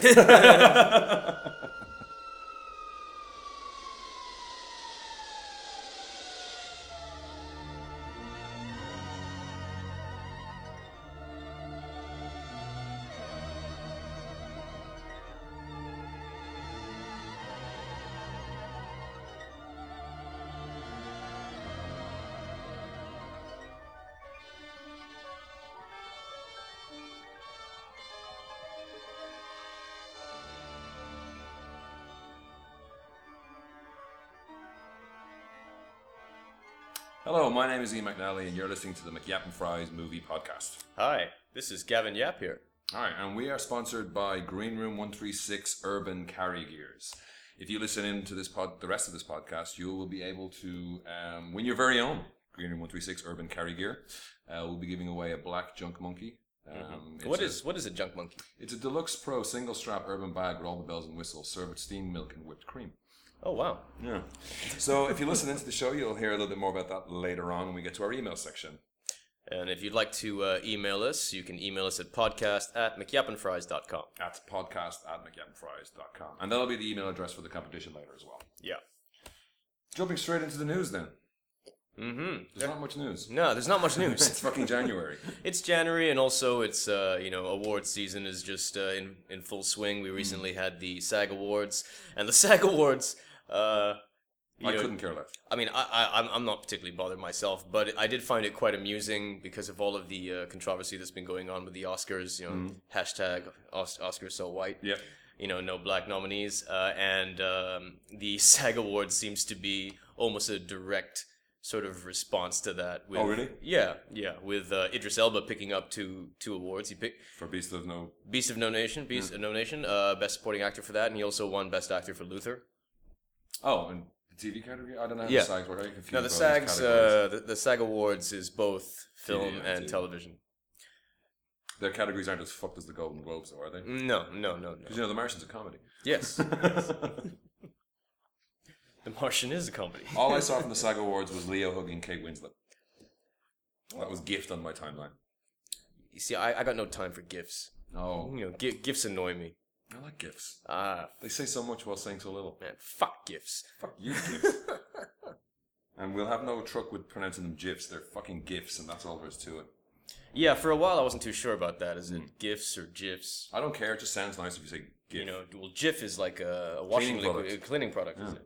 Hello, my name is Ian McNally, and you're listening to the McYap and Fries Movie Podcast. Hi, this is Gavin Yap here. All right, and we are sponsored by Green Room 136 Urban Carry Gears. If you listen in to this pod, the rest of this podcast, you will be able to um, win your very own Green Room 136 Urban Carry Gear. Uh, we'll be giving away a black junk monkey. Um, it's Mm-hmm. What a- is what is a junk monkey? It's a deluxe pro single strap urban bag with all the bells and whistles, served with steamed milk and whipped cream. Oh wow, Yeah. So if you listen into the show, you'll hear a little bit more about that later on when we get to our email section. And if you'd like to uh, email us, you can email us at podcast at mcyapandfries.com. That's podcast at com, And that'll be the email address for the competition later as well. Yeah. Jumping straight into the news then. Mm-hmm. There's not much news. No, there's not much It's news. fucking January. it's January, and also it's uh, you know awards season is just uh, in in full swing. We recently had the SAG Awards, and the SAG Awards. Uh, you I know, couldn't care less. I mean, I, I, I'm- I'm not particularly bothered myself, but I did find it quite amusing because of all of the uh, controversy that's been going on with the Oscars. You know, Mm-hmm. hashtag Os- Oscars so white. Yeah. You know, no black nominees, uh, and um, the SAG Awards seems to be almost a direct sort of response to that. With, Oh, really? Yeah, yeah. With uh, Idris Elba picking up two two awards, he picked For Beast of No. Beast of No Nation, Mm. Beast of No Nation, uh, best supporting actor for that, and he also won best actor for Luther. Oh, and the TV category? I don't know how Yeah. the SAGs work. I get confused. No, the about all these SAGs, categories. uh, the, the SAG Awards is both film TV, and TV. television. Their categories aren't as fucked as the Golden Globes, though, are they? Because, No, no, no, no. you know, The Martian's a comedy. Yes, The Martian is a comedy. all I saw from the SAG Awards was Leo hugging Kate Winslet. That was gift on my timeline. You see, I, I got no time for gifts. Oh, You know, gi- gifts annoy me. I like gifts. Ah, They say so much while saying so little. man, fuck gifts. Fuck you, gifts. and we'll have no truck with pronouncing them gifs. They're fucking gifs, and that's all there is to it. Yeah, for a while I wasn't too sure about that. Is it gifts or gifs? I don't care. It just sounds nice if you say gif. You know, well, GIF is like a, a washing Cleaning liquid, product. a cleaning product. Is it?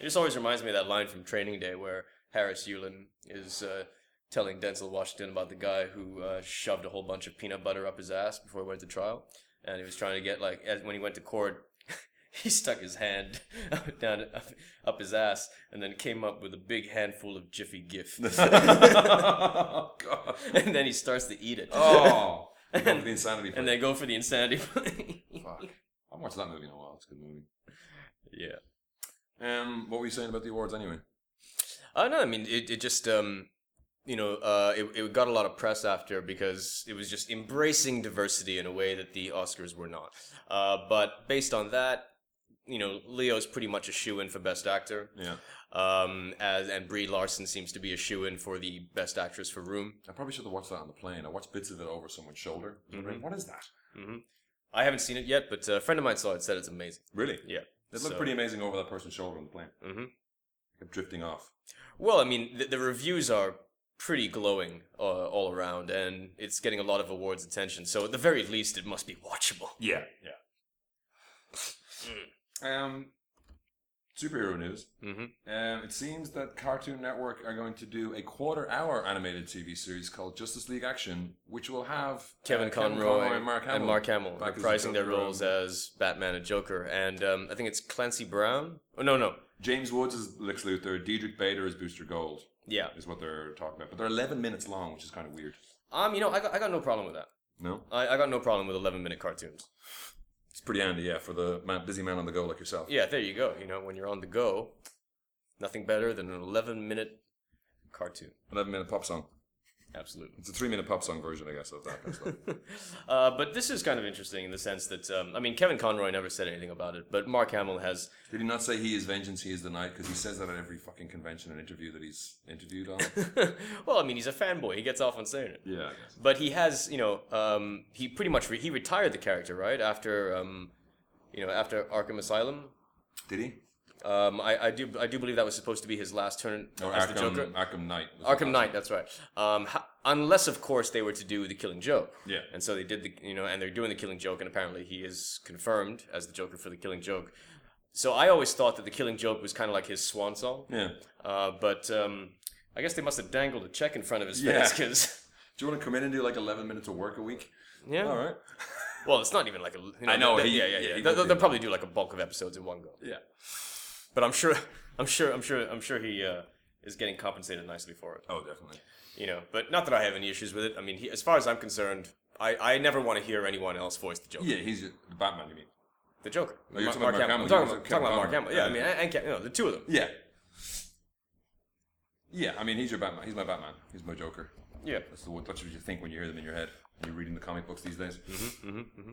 it just always reminds me of that line from Training Day where Harris Yulin is uh, telling Denzel Washington about the guy who uh, shoved a whole bunch of peanut butter up his ass before he went to trial, and he was trying to get like as- when he went to court. He stuck his hand down up, up his ass and then came up with a big handful of Jiffy Gif. oh, God. and then he starts to eat it. Oh, we're going to the insanity. and part. they go for the insanity play. Fuck. I haven't watched that movie in a while. It's a good movie. yeah. Um, what were you saying about the awards anyway? Uh, no, I mean, it, it just, um, you know, uh, it, it got a lot of press after because it was just embracing diversity in a way that the Oscars were not. Uh, but based on that, you know, Leo's pretty much a shoe in for Best Actor. Yeah, Um, as, and Brie Larson seems to be a shoe in for the Best Actress for Room. I probably should have watched that on the plane. I watched bits of it over someone's shoulder. I was Mm-hmm. wondering, What is that? I haven't seen it yet, but uh, a friend of mine saw it, said it's amazing. Really? Yeah. It looked So- pretty amazing over that person's shoulder on the plane. Mhm. Kept drifting off. Well, I mean, the, the reviews are pretty glowing uh, all around, and it's getting a lot of awards attention. So at the very least, it must be watchable. Yeah, yeah. um, superhero news. Mm-hmm. Um, it seems that Cartoon Network are going to do a quarter-hour animated TV series called Justice League Action, which will have uh, Kevin, Conroy and Mark Hamill, and Mark Hamill back as reprising their Joker roles and- as Batman and Joker, and um, I think it's Clancy Brown. Oh no, no, James Woods is Lex Luthor, Diedrich Bader is Booster Gold, yeah. is what they're talking about. But they're 11 minutes long, which is kind of weird. Um, you know, I got, I got no problem with that. No, I, I got no problem with eleven minute cartoons. it's pretty handy, yeah, for the man, busy man on the go like yourself. Yeah, there you go. You know, when you're on the go, nothing better than an eleven minute cartoon. 11 minute pop song. Absolutely. It's a three minute pop song version, I guess, of that. That's what- uh, but this is kind of interesting in the sense that um, I mean Kevin Conroy never said anything about it, but Mark Hamill has. Did he not say he is vengeance, he is the knight? Because he says that at every fucking convention and interview that he's interviewed on. well, I mean he's a fanboy; he gets off on saying it. yeah. But he has, you know, um, he pretty much re- he retired the character right after, um, you know, after Arkham Asylum. Did he? Um, I, I do I do believe that was supposed to be his last turn Or as Oh, Arkham, the Joker. Arkham Knight. was the last- Arkham Knight, that's right. Um, ha- unless, of course, they were to do the Killing Joke. Yeah. And so they did the, you know, and they're doing the Killing Joke, and apparently he is confirmed as the Joker for the Killing Joke. So I always thought that the Killing Joke was kind of like his swan song. Yeah. Uh, but um, I guess they must have dangled a check in front of his Yeah. face because, Do you want to come in and do like 11 minutes of work a week? yeah. All right. Well, it's not even like a. You know, I know, they- he- yeah, yeah, yeah, yeah. he They'll, would they'll be. probably do like a bulk of episodes in one go. Yeah. But I'm sure, I'm sure, I'm sure, I'm sure he uh, is getting compensated nicely for it. Oh, definitely. you know, but not that I have any issues with it. I mean, he, as far as I'm concerned, I, I never want to hear anyone else voice the Joker. Yeah, he's the Batman, you mean? The Joker. No, you're Ma- talking about Mark I'm Hamill. talking You about, said talking Kevin about Mark Conroy. Hamill. Yeah, I mean, and, and Ke- you know, the two of them. Yeah. Yeah, I mean, he's your Batman. He's my Batman. He's my Joker. Yeah. That's the what that's what you think when you hear them in your head. when You're reading the comic books these days. hmm mm-hmm, hmm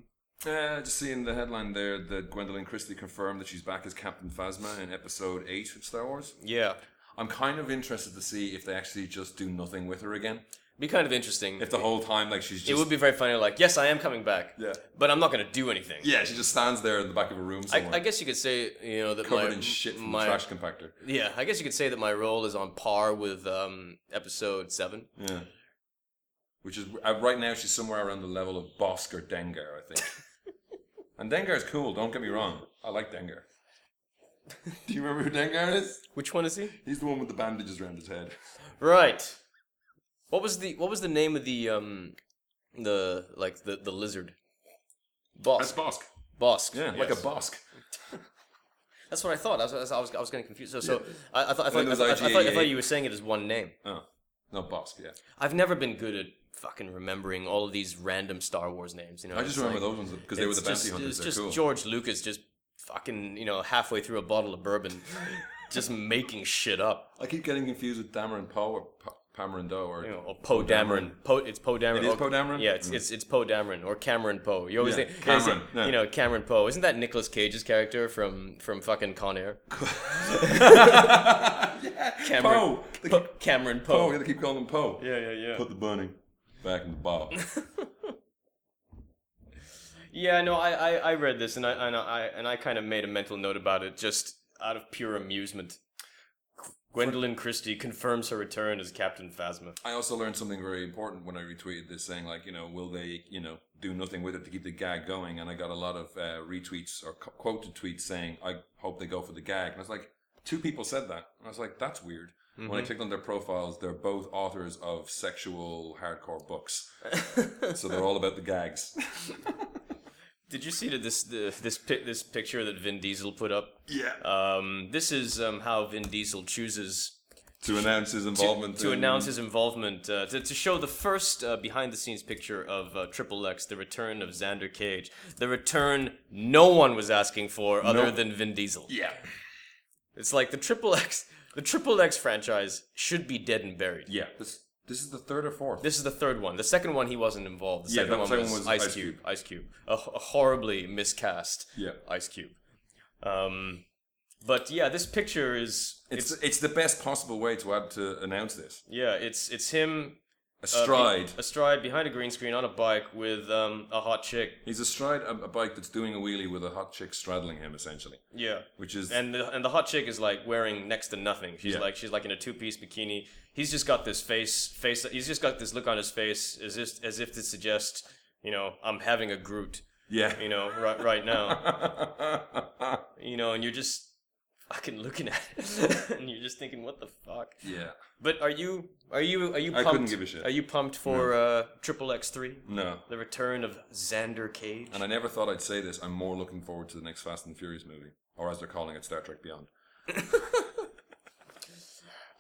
Uh, just seeing the headline there that Gwendolyn Christie confirmed that she's back as Captain Phasma in Episode Eight of Star Wars. Yeah. I'm kind of interested to see if they actually just do nothing with her again. Be kind of interesting. If the whole time, like she's just it would be very funny, like, yes, I am coming back. Yeah. But I'm not going to do anything. yeah, she just stands there in the back of a room I, somewhere, I guess you could say, you know, that covered my, in shit from my the trash compactor. yeah, I guess you could say that my role is on par with um, episode seven. Yeah. Which is uh, right now she's somewhere around the level of Bosk or Dengar, I think. and Dengar is cool. Don't get me wrong. I like Dengar. Do you remember who Dengar is? Which one is he? He's the one with the bandages around his head. Right. What was the what was the name of the um the like the the lizard? Bosk. Bosk. Bosk. Yeah, like a yes. Bosk. That's what I thought. I was- I was I was, I was getting confused. So so I, I thought I thought, it I, was thought, I, thought, I IgA. thought you were saying it as one name. Oh, no, Bosk. Yeah, I've never been good at fucking remembering all of these random Star Wars names. You know, I just It's remember like- those ones because they were it's the bounty just, hunters. It's They're just cool. George Lucas just fucking you know halfway through a bottle of bourbon, just making shit up. I keep getting confused with Dameron Poe or pa- Pamerondo or you know, or Poe Dameron. Poe, it's Poe Dameron. It is or- Poe Dameron? Yeah, it's, it's it's Poe Dameron or Cameron Poe. You always Yeah, think you always Cameron, think, yeah. you know Cameron Poe. Isn't that Nicolas Cage's character from from fucking Con Air? yeah, Cameron Poe. They Po- keep- Cameron Poe. Poe. yeah, They Oh, keep calling him Poe. Yeah, yeah, yeah. Put the bunny back in the box. Yeah, no, I, I, I read this and I and I and I kind of made a mental note about it just out of pure amusement. Gwendolyn Christie confirms her return as Captain Phasma. I also learned something very important when I retweeted this, saying like, you know, will they, you know, do nothing with it to keep the gag going? And I got a lot of uh, retweets or co- quoted tweets saying, I hope they go for the gag. And I was like, two people said that, and I was like, that's weird. When I clicked on their profiles, they're both authors of sexual hardcore books, so they're all about the gags. Did you see that this the, this pi- this picture that Vin Diesel put up? Yeah. Um, this is um, how Vin Diesel chooses to announce his to, involvement. to in- announce his involvement, uh, to, to show the first uh, behind the scenes picture of uh, Triple X, the return of Xander Cage, the return no one was asking for other No. than Vin Diesel. Yeah. It's like the Triple X, the Triple X franchise should be dead and buried. Yeah. This this is the third or fourth. This is the third one. The second one, he wasn't involved. The Yeah, second that one second was, was Ice, Ice Cube. Ice Cube, a, h- a horribly miscast yeah. Ice Cube. Um, but yeah, this picture is It's, it's the best possible way to add to announce this. yeah, it's it's him Astride. a stride behind a green screen on a bike with um, a hot chick. He's astride a, a bike that's doing a wheelie with a hot chick straddling him, essentially, Yeah. which is And the, and the hot chick is like wearing next to nothing. She's Yeah. like she's like in a two piece bikini. He's just got this face face. He's just got this look on his face as if as if to suggest, you know, I'm having a Groot, yeah. you know, right right now, you know, and you're just fucking looking at it, and you're just thinking, what the fuck? yeah. But are you are you are you I pumped? couldn't give a shit. Are you pumped for uh Triple X three? No. The return of Xander Cage. And I never thought I'd say this. I'm more looking forward to the next Fast and Furious movie, or as they're calling it, Star Trek Beyond.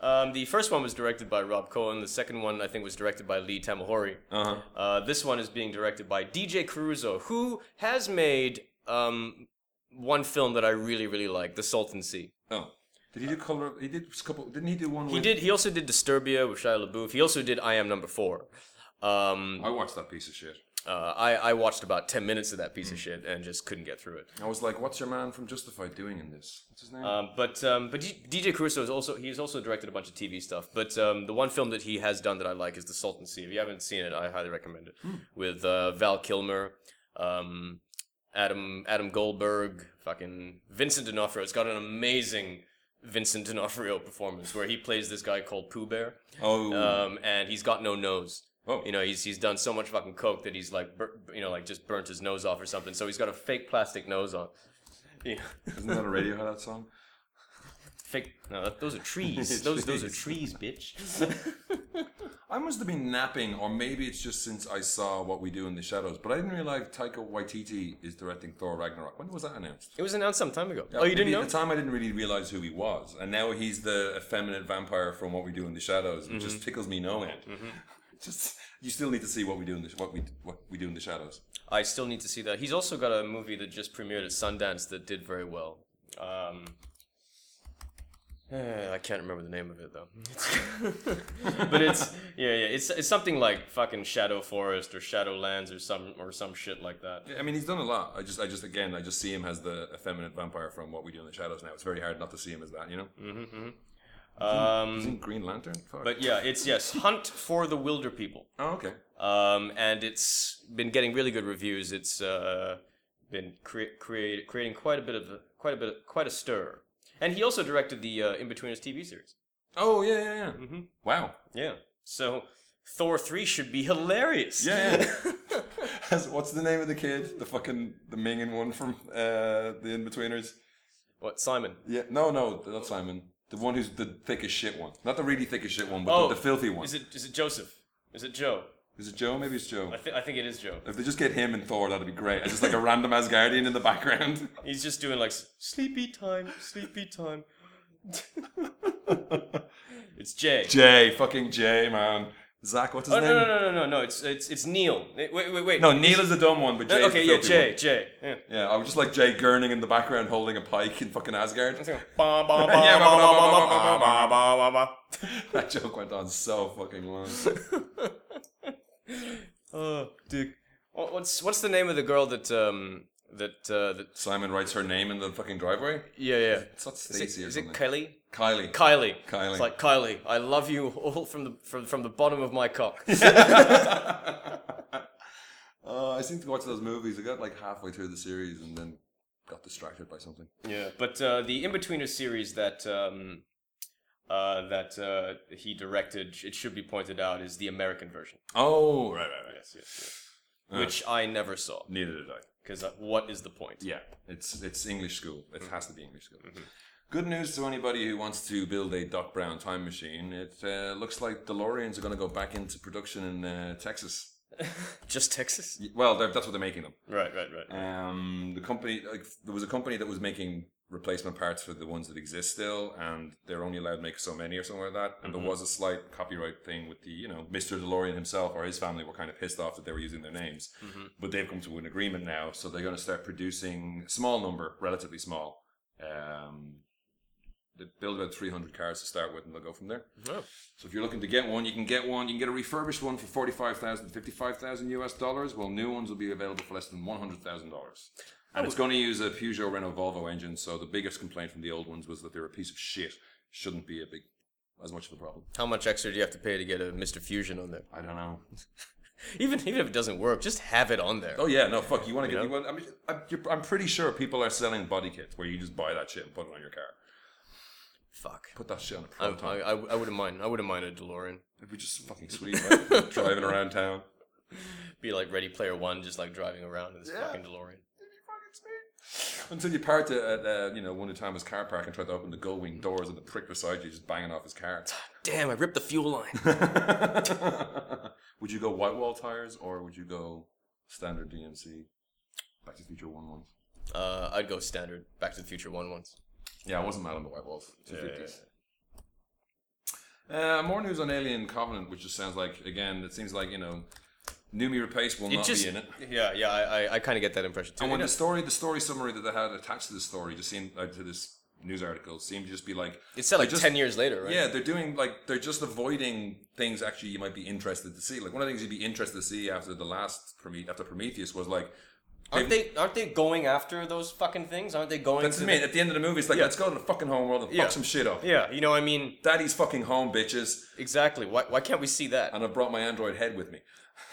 Um, the first one was directed by Rob Cohen. The second one, I think, was directed by Lee Tamahori. Uh huh. Uh, this one is being directed by DJ Caruso, who has made um, one film that I really, really like, The Sultancy. Oh. Did he do color? He did a couple. Didn't he do one? He with, did. He also did Disturbia with Shia LaBeouf. He also did I Am Number Four. Um, I watched that piece of shit. uh, I I watched about ten minutes of that piece of shit and just couldn't get through it. I was like, "What's your man from Justified doing in this? What's his name?" Um, but um, but D- DJ Caruso is also he's also directed a bunch of TV stuff. But um, the one film that he has done that I like is The Sultancy. If you haven't seen it, I highly recommend it. With uh, Val Kilmer, um, Adam Adam Goldberg, fucking Vincent D'Onofrio. It's got an amazing Vincent D'Onofrio performance where he plays this guy called Pooh Bear, oh, um, and he's got no nose. oh, You know, he's he's done so much fucking coke that he's like, bur- you know, like just burnt his nose off or something. So he's got a fake plastic nose on. You know. isn't that a Radiohead that song? Fake. No, that, those are trees. those those are trees, bitch. I must have been napping, or maybe it's just since I saw what we do in the shadows. But I didn't realize Taika Waititi is directing Thor Ragnarok. When was that announced? it was announced some time ago. oh, you didn't Maybe know? At the time, I didn't really realize who he was, and now he's the effeminate vampire from What We Do in the Shadows, which just tickles me no end. Just you still need to see what we do in the what we what we do in the shadows. I still need to see that. He's also got a movie that just premiered at Sundance that did very well. Um, eh, I can't remember the name of it though. but it's yeah, yeah. It's it's something like fucking Shadow Forest or Shadowlands or some or some shit like that. I mean, he's done a lot. I just I just again I just see him as the effeminate vampire from What We Do in the Shadows. Now it's very hard not to see him as that. You know, Um, Mm. he's in Green Lantern. Fuck. but yeah, it's yes, Hunt for the Wilder People. oh, okay. um, and it's been getting really good reviews. It's uh, been cre- create, creating quite a bit of quite a bit quite a stir. And he also directed the uh, In Betweeners TV series. Oh yeah yeah yeah. Mhm. Wow. Yeah, so Thor three should be hilarious. Yeah. yeah. As- What's the name of the kid? The fucking the Mingin one from uh, the Inbetweeners. what Simon? Yeah, no, no, not Simon. The one who's the thickest shit one. Not the really thickest shit one, but Oh, the, the filthy one. Is it is it Joseph? Is it Joe? Is it Joe? Maybe it's Joe. I, th- I think it is Joe. If they just get him and Thor, that'd be great. It's just like a random Asgardian in the background. He's just doing like s- sleepy time, sleepy time. it's Jay. Jay, fucking Jay, man. Zach, what's his oh no name? no no no no no! It's it's it's Neil. Wait wait wait. wait. No, Neil is the dumb one, but Jay. Uh, okay, is the yeah, filthy Jay, one. Jay. Yeah. Yeah, I was just like Jay Gurning in the background holding a pike in fucking Asgard. Ba, ba, ba, Yeah, ba, ba, ba, ba, ba, ba, ba, ba, ba. that joke went on so fucking long. Oh, dick. What- What's what's the name of the girl that um that uh, that Simon writes her name in the fucking driveway. yeah yeah It's not is it, Stacy or is it something. Kylie? Kylie. Kylie. Kylie. It's like Kylie. I love you all from the from, from the bottom of my cock. Uh, I seem to watch those movies. I got like halfway through the series and then got distracted by something. yeah. But uh, the In Betweener series that um uh that uh he directed, it should be pointed out, is the American version. Oh, right, right, right. Yes, yes. yes. Which I never saw Neither did I. because what is the point? Yeah, it's it's English school. It has to be English school. Good news to anybody who wants to build a Doc Brown time machine. It uh, looks like DeLoreans are going to go back into production in uh, Texas. Just Texas. Y- Well, they're- that's what they're making them. Right, right, right. Um, the company, like, there was a company that was making replacement parts for the ones that exist still, and they're only allowed to make so many or something like that. And there was a slight copyright thing with the, you know, Mr. DeLorean himself or his family were kind of pissed off that they were using their names. But they've come to an agreement now, so they're going to start producing a small number, relatively small. Um, they build about 300 cars to start with, and they'll go from there. Oh. So if you're looking to get one, you can get one. You can get a refurbished one for 45,000, 55,000 US dollars. Well, new ones will be available for less than $100,000. And it's going to use a Peugeot Renault Volvo engine. So the biggest complaint from the old ones was that they're a piece of shit. Shouldn't be a big, as much of a problem. How much extra do you have to pay to get a Mr. Fusion on there? I don't know. Even even if it doesn't work, just have it on there. Oh yeah, no fuck. You want to get? Yeah. You want, I mean, I'm, you're, I'm pretty sure people are selling body kits where you just buy that shit and put it on your car. Fuck. Put that shit on a I, prototype. I, I, I wouldn't mind. I wouldn't mind a DeLorean. It'd be just fucking sweet, right? driving around town. Be like Ready Player One, just like driving around in this Yeah. fucking DeLorean. Until you parked at, uh, you know, one of Thomas' car park and tried to open the gull wing doors and the prick beside you just banging off his car. Damn! I ripped the fuel line. would you go white wall tires or would you go standard DMC? Back to the Future 1 ones. uh, I'd go standard Back to the Future one once. Yeah, I wasn't mad on the white walls. Yeah, 250s. Uh, more news on Alien Covenant, which just sounds like, again, it seems like, you know, Numi Rapace will not just- be in it. Yeah, yeah. I I, I kind of get that impression too. And when You the story, the story summary that they had attached to this story just seemed like to this news articles seem to just be like, It's set like They just- ten years later, right? yeah, they're doing like they're just avoiding things actually you might be interested to see. Like one of the things you'd be interested to see after the last Prometheus, after Prometheus was like, Aren't they aren't they going after those fucking things? Aren't they going that's to me. At the end of the movie, it's like, Yeah. let's go to the fucking home world and fuck Yeah. some shit up. the- Yeah, you know I mean Daddy's fucking home, bitches, exactly. Why why can't we see that? and I brought my android head with me.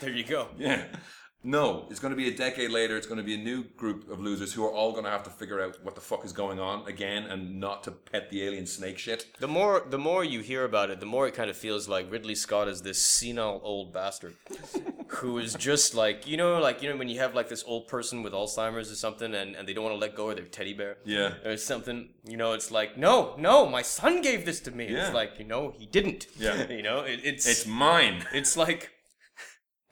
There you go. Yeah. No, it's going to be a decade later. It's going to be a new group of losers who are all going to have to figure out what the fuck is going on again and not to pet the alien snake shit. The more the more you hear about it, the more it kind of feels like Ridley Scott is this senile old bastard who is just like you know, like you know when you have like this old person with Alzheimer's or something, and, and they don't want to let go of their teddy bear. Yeah. Or something, you know, it's like, no, no, my son gave this to me. Yeah. It's like, you know, he didn't. Yeah. You know, it, it's It's mine. it's like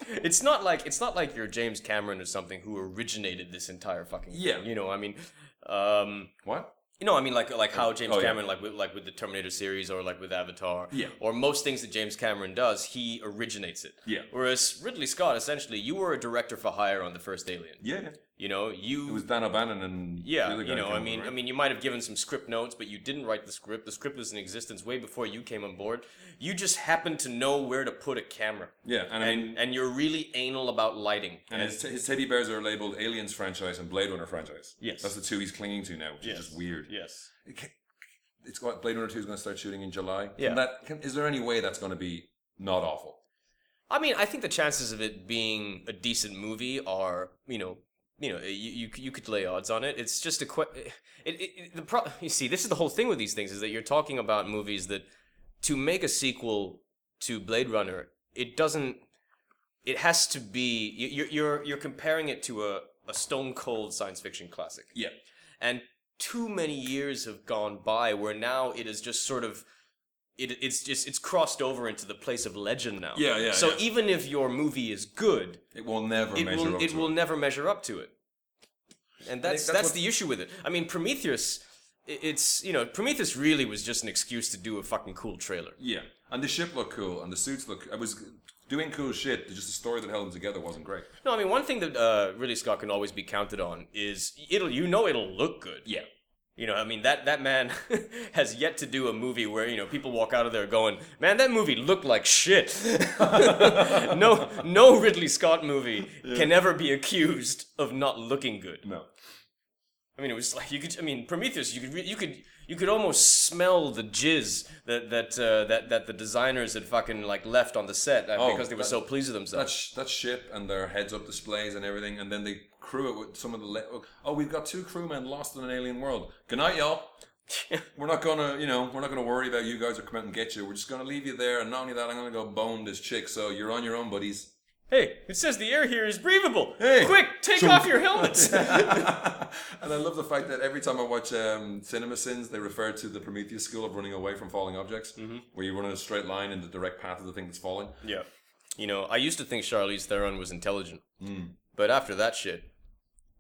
it's not like it's not like you're James Cameron or something who originated this entire fucking thing, Yeah. You know, I mean, um, What? you know, I mean, like like how James Oh, yeah. Cameron, like with, like with the Terminator series or like with Avatar, Yeah. or most things that James Cameron does, he originates it. Yeah. Whereas Ridley Scott, essentially, you were a director for hire on the first Alien. Yeah. You know, you It was Dan O'Bannon and the yeah, other guy you know, came I over, mean, right? I mean, you might have given some script notes, but you didn't write the script. The script was in existence way before you came on board. You just happened to know where to put a camera, yeah, and I mean, and and you're really anal about lighting. and his, his teddy bears are labeled Aliens franchise and Blade Runner franchise. Yes. that's the two he's clinging to now, which Yes. is just weird. yes, It ca- It's got Blade Runner Two is going to start shooting in July. Yeah. Can that can, is there any way that's going to be not awful? I mean, I think the chances of it being a decent movie are, you know, you know, you you, you could lay odds on it. It's just a que- it, it, it, the pro- you see, this is the whole thing with these things is that you're talking about movies that to make a sequel to Blade Runner, it doesn't it has to be you- you're you're you're comparing it to a a stone cold science fiction classic. Yeah. And too many years have gone by where now it is just sort of it, it's just it's crossed over into the place of legend now. Yeah, yeah, So yeah. even if your movie is good, It will never it measure will up it to will never measure up to it. And that's that's that's, what- the issue with it. I mean, Prometheus, i- it's you know Prometheus really was just an excuse to do a fucking cool trailer. Yeah, and the ship looked cool, and the suits look. I was doing cool shit. Just the story that held them together wasn't great. No, I mean one thing that uh, really Scott can always be counted on is it'll you know it'll look good. Yeah, You know, I mean that that man has yet to do a movie where you know people walk out of there going, "Man, that movie looked like shit." no, no Ridley Scott movie can ever be accused of not looking good. no. I mean, it was like you could. I mean, Prometheus. You could. Re- you could. You could almost smell the jizz that that uh, that that the designers had fucking like left on the set uh, Oh, because they were that- so pleased with That themselves. sh- that ship and their heads up displays and everything, and then they crew it with some of the. Le- oh, we've got two crewmen lost in an alien world. Good night, y'all. We're not gonna, you know, we're not gonna worry about you guys or come out and get you. We're just gonna leave you there, and not only that, I'm gonna go bone this chick. So you're on your own, buddies. Hey, it says the air here is breathable. Hey. quick, take Chunk. off your helmets. And I love the fact that every time I watch um, Cinema Sins, they refer to the Prometheus school of running away from falling objects, Mm-hmm. where you run in a straight line in the direct path of the thing that's falling. Yeah. You know, I used to think Charlize Theron was intelligent. Hmm. But after that shit,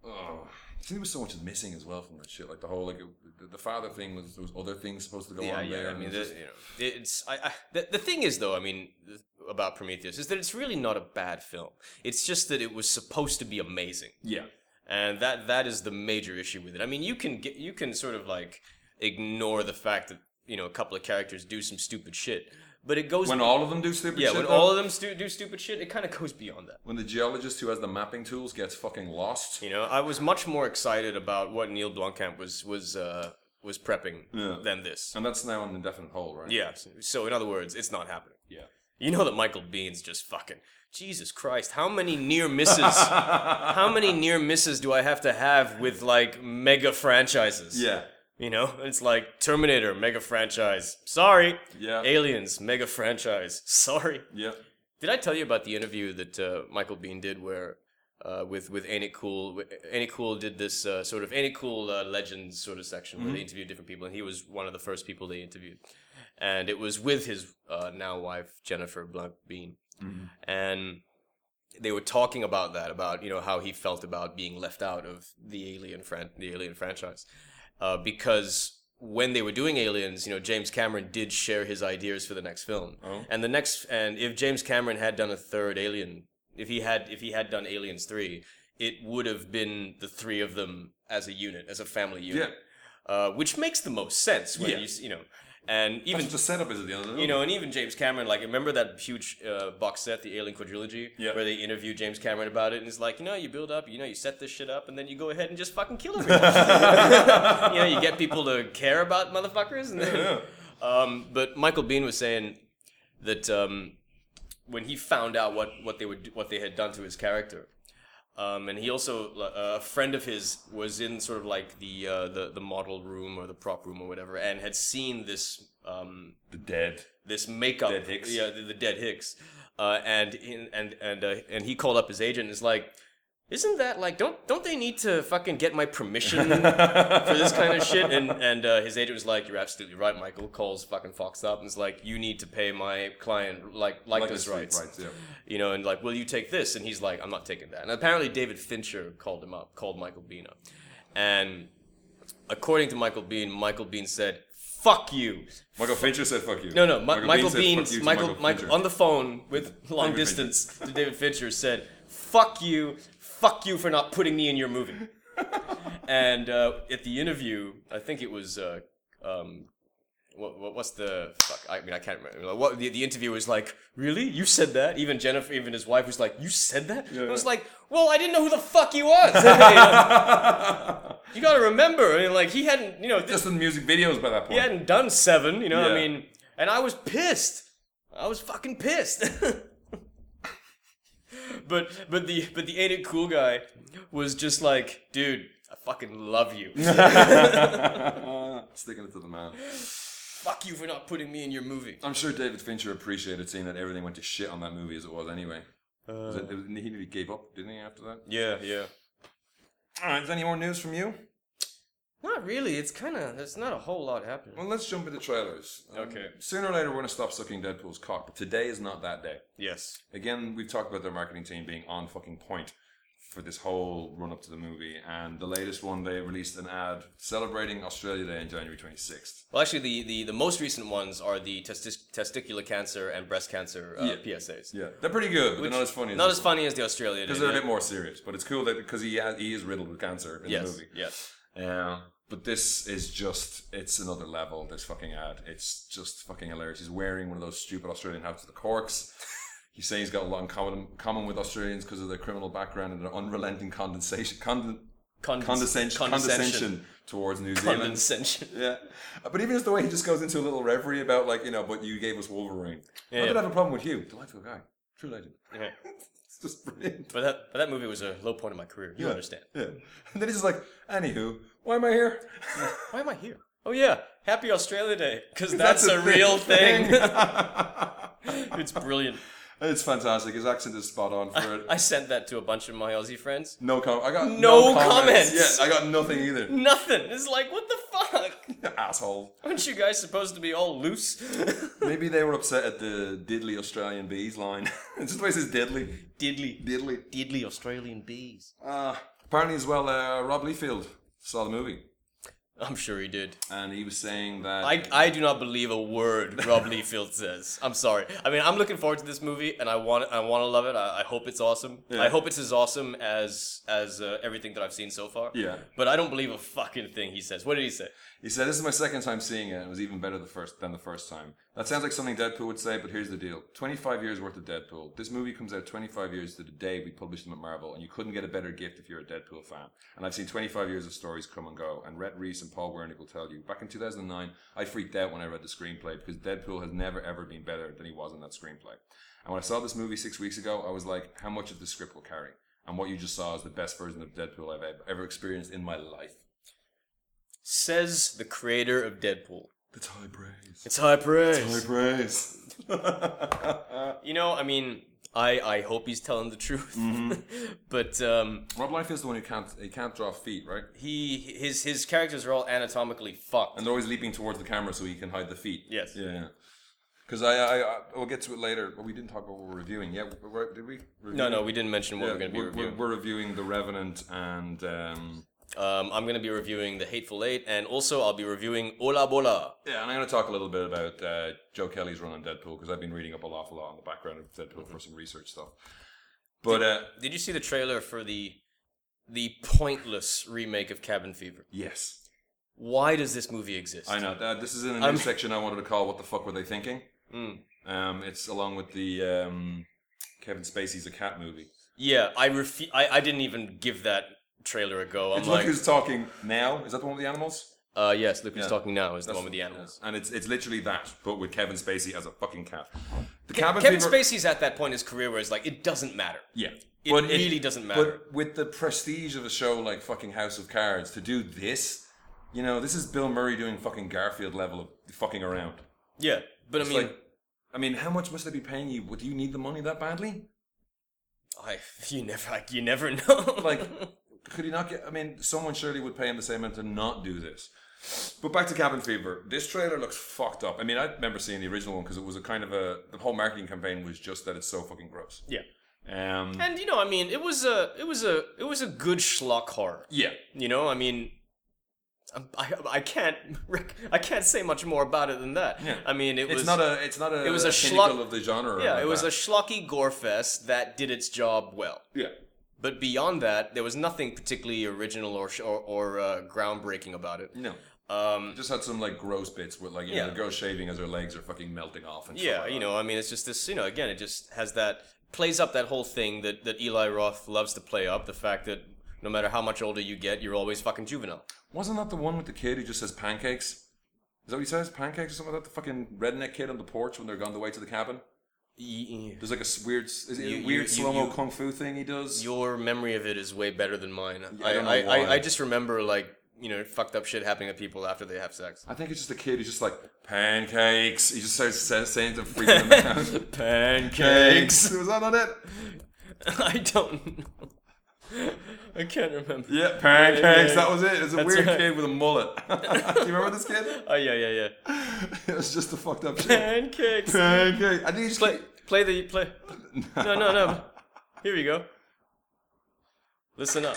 Oh, I think there was so much missing as well from that shit. Like the whole like it- the, the father thing was there was other things supposed to go yeah, on yeah, there. I and mean, it was the, you know, it's I, I the, the thing is though, I mean, th- about Prometheus is that it's really not a bad film. It's just that it was supposed to be amazing. just- and that that is the major issue with it. I mean, you can get you can sort of like ignore the fact that you know a couple of characters do some stupid shit, but it goes When all of them do stupid yeah shit. when though, all of them stu- do stupid shit, it kind of goes beyond that. when the geologist who has the mapping tools gets fucking lost. You know, I was much more excited about what Neil Blomkamp was was uh, was prepping Yeah. than this. And that's now an indefinite hole, right? Yeah. So in other words, it's not happening. Yeah. You know that Michael Bean's just fucking Jesus Christ. How many near misses? how many near misses do I have to have with like mega franchises? Yeah. You know, it's like Terminator, mega franchise. Sorry. Yeah. Aliens, mega franchise. Sorry. Yeah. Did I tell you about the interview that uh, Michael Bean did where uh, with with Ain't It Cool? Ain't It Cool did this uh, sort of Ain't It Cool uh, Legends sort of section where they interviewed different people, and he was one of the first people they interviewed, and it was with his uh, now wife Jennifer Blunt Bean, Mm-hmm. and they were talking about that about you know how he felt about being left out of the Alien fran- the Alien franchise, uh, because. When they were doing Aliens, you know, James Cameron did share his ideas for the next film, Oh. and the next, and if James Cameron had done a third Alien, if he had, if he had done Aliens three, it would have been the three of them as a unit, as a family unit. Yeah. uh, which makes the most sense when Yeah. you s- you know, and even Even the setup is at the end of the you know, and even James Cameron, like, remember that huge uh, box set, the Alien Quadrilogy, Yeah. where they interview James Cameron about it, and he's like, you know, you build up, you know, you set this shit up, and then you go ahead and just fucking kill everyone. you know, you get people to care about motherfuckers. And then, Um, but Michael Bean was saying that um, when he found out what what they would what they had done to his character, um, and he also a friend of his was in sort of like the uh, the the model room or the prop room or whatever, and had seen this. Um, the dead. this makeup. Dead Hicks. Yeah, the, the dead Hicks. Uh, and in, and and uh, and he called up his agent and is like, "Isn't that like don't don't they need to fucking get my permission for this kind of shit?" And and uh, his agent was like, "You're absolutely right, Michael." Calls fucking Fox up and is like, "You need to pay my client like like, Like the those street rights." rights, yeah. You know, and like, will you take this? And he's like, I'm not taking that. And apparently, David Fincher called him up, called Michael Bean up, and according to Michael Bean, Michael Bean said, "Fuck you." Michael Fincher said, "Fuck you." No, no. Mi- Michael said, Bean, "Fuck you," to Michael, Michael, Fincher. on the phone with long David Fincher. distance to David Fincher said, "Fuck you, fuck you for not putting me in your movie." and uh, at the interview, I think it was, uh, um, what, what, what's the fuck? I mean, I can't remember. Like, What the, the interviewer was like, "Really? You said that?" Even Jennifer, even his wife was like, "You said that?" I was yeah. like, "Well, I didn't know who the fuck he was." You know? you gotta remember, I mean, like he hadn't, you know, this, just in music videos by that point. he hadn't done seven, you know. what I Yeah. mean, and I was pissed. I was fucking pissed. but but the but the ain't it cool guy was just like, dude, I fucking love you. Sticking it to the man. Fuck you for not putting me in your movie. I'm sure David Fincher appreciated seeing that everything went to shit on that movie as it was anyway. Was Uh. it- it was- he nearly gave up, didn't he? After that. Yeah, yeah. All right. Is there any more news from you? Not really. It's kind of there's not a whole lot happening. Well, let's jump into trailers. Um, Okay. Sooner or later, we're going to stop sucking Deadpool's cock, but today is not that day. Yes. Again, we've talked about their marketing team being on fucking point for this whole run up to the movie, and the latest one they released an ad celebrating Australia Day on January 26th. Well, actually, the, the, the most recent ones are the testis- testicular cancer and breast cancer uh, Yeah. PSAs. Yeah, they're pretty good, but they're not as funny. Not this as one. funny as the Australia. because Day, they're a yeah. bit more serious. But it's cool that because he ha- he is riddled with cancer in the Yes. movie. Yes. Yeah. But this is just, it's another level, this fucking ad. It's just fucking hilarious. He's wearing one of those stupid Australian hats with the corks. He's saying he's got a lot in common, common with Australians because of their criminal background and their unrelenting condensation, conden, Condes- condescension, condescension towards New Zealand. Condescension. yeah. Uh, But even just the way he just goes into a little reverie about, like, you know, but you gave us Wolverine. I don't yeah. have a problem with you. Delightful guy. True legend. Yeah. It's just brilliant. But that but that movie was a low point in my career. You understand? Yeah. And then he's just like, anywho, why am I here? Why am I here? Oh yeah, Happy Australia Day, because That's that's, a a, real thing. thing. it's brilliant. It's fantastic. His accent is spot on for it. I sent that to a bunch of my Aussie friends. No com- I got no, No comments. comments. Yeah, I got nothing either. Nothing. It's like what the fuck? Asshole. Aren't you guys supposed to be all loose? Maybe they were upset at the diddly Australian bees line. it's just the way it says diddly. diddly, Diddly. diddly Australian bees. Uh, apparently, as well, uh, Rob Liefeld saw the movie I'm sure he did. and he was saying that. I, I do not believe a word Rob Liefeld says. I'm sorry. I mean, I'm looking forward to this movie, and I want I want to love it. I, I hope it's awesome. I hope it's as awesome as as uh, everything that I've seen so far. Yeah. But I don't believe a fucking thing he says. What did he say? He said, "This is my second time seeing it. and It was even better the first than the first time. That sounds like something Deadpool would say, but here's the deal: 25 years worth of Deadpool. This movie comes out 25 years to the day we published them at Marvel, and you couldn't get a better gift if you're a Deadpool fan. And I've seen 25 years of stories come and go. And Rhett Reese and Paul Wernick will tell you. Back in 2009, I freaked out when I read the screenplay because Deadpool has never ever been better than he was in that screenplay. And when I saw this movie six weeks ago, I was like, how much of the script will carry? And what you just saw is the best version of Deadpool I've ev- ever experienced in my life. Says the creator of Deadpool. That's high praise." It's high praise. praise. You know, I mean, I I hope he's telling the truth, Mm-hmm. but um, Rob Life is the one who can't he can't draw feet, right? he his his characters are all anatomically fucked. And they're always leaping towards the camera so he can hide the feet. Yes. Yeah. Because I, I, I, we'll get to it later. But we didn't talk about what we're reviewing. Yeah, we- we're, did we? Review? No, no, we didn't mention what Yeah, we're going to be we're, reviewing. we're, we're reviewing The Revenant and um, Um, I'm going to be reviewing The Hateful Eight, and also I'll be reviewing Ola Bola. yeah, and I'm going to talk a little bit about uh, Joe Kelly's run on Deadpool because I've been reading up an awful lot on the background of Deadpool for Mm-hmm. some research stuff. But uh, Did you see the trailer for the the pointless remake of Cabin Fever? yes, why does this movie exist? I know that this is in a new I'm- section I wanted to call "What the fuck were they thinking?" Mm. Um, it's along with the um, Kevin Spacey's a cat movie. Yeah, I refu- I, I didn't even give that trailer a go. I'm It's like, Look Who's Talking Now. Is that the one with the animals? uh, yes, look who's Yeah. talking now is the That's- one with the animals. And it's it's literally that, but with Kevin Spacey as a fucking cat. The cabin Kevin fever- Spacey's at that point in his career where it's like it doesn't matter. Yeah. It really doesn't matter. But with the prestige of a show like fucking House of Cards, to do this, you know, this is Bill Murray doing fucking Garfield level of fucking around. Yeah, but I It's mean, like, I mean, how much must they be paying you? Would you need the money that badly? I you never like, you never know. Like, could he not get? I mean, someone surely would pay him the same amount to not do this. But back to Cabin Fever. This trailer looks fucked up. I mean, I remember seeing the original one because it was a kind of a the whole marketing campaign was just that it's so fucking gross. yeah, Um, and you know, I mean, it was a it was a it was a good schlock horror. yeah, You know, I mean, I'm- I I can't rec- I can't say much more about it than that. Yeah. I mean, it it's was not a it's not a it was a pinnacle schlock- of the genre. or yeah, like it was that. a schlocky gore fest that did its job well. yeah. But beyond that, there was nothing particularly original or sh- or, or uh, groundbreaking about it. No, Um, just had some like gross bits with like you Yeah. know the girl shaving as her legs are fucking melting off and yeah, you know, I mean, it's just this. You know, again, it just has that plays up that whole thing that that Eli Roth loves to play up the fact that no matter how much older you get, you're always fucking juvenile. Wasn't that the one with the kid who just says pancakes? Is that what he says? Pancakes or something like that? The fucking redneck kid on the porch when they're on the way to the cabin? Y- y- There's like a s- weird, s- is it You- a you- weird you- slow mo you- kung fu thing he does? Your memory of it is way better than mine. Yeah, I I don't know I, I, why. I just remember like you know fucked up shit happening to people after they have sex. I think it's just a kid who's just like, pancakes. He just starts sa- saying to freaking them out. Pancakes. Pancakes. Was that not it? I don't. know. I can't remember. Yeah, pancakes. That was it. It's a That's weird right. kid with a mullet. Do you remember this kid? Oh yeah, yeah, yeah. It was just the fucked up shit. Pancakes. Pancake. I think he just play, play the play. No, no, no. Here we go. Listen up.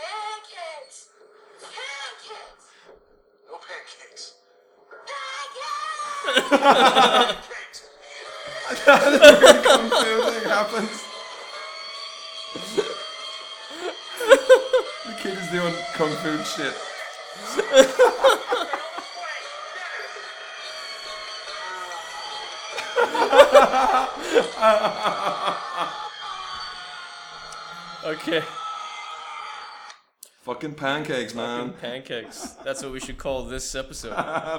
Pancakes! Pancakes! No pancakes. Pancakes! Pancakes. kung fu thing happens. the kid is doing kung fu shit. Okay. Fucking pancakes, man. Pancakes. That's what we should call this episode.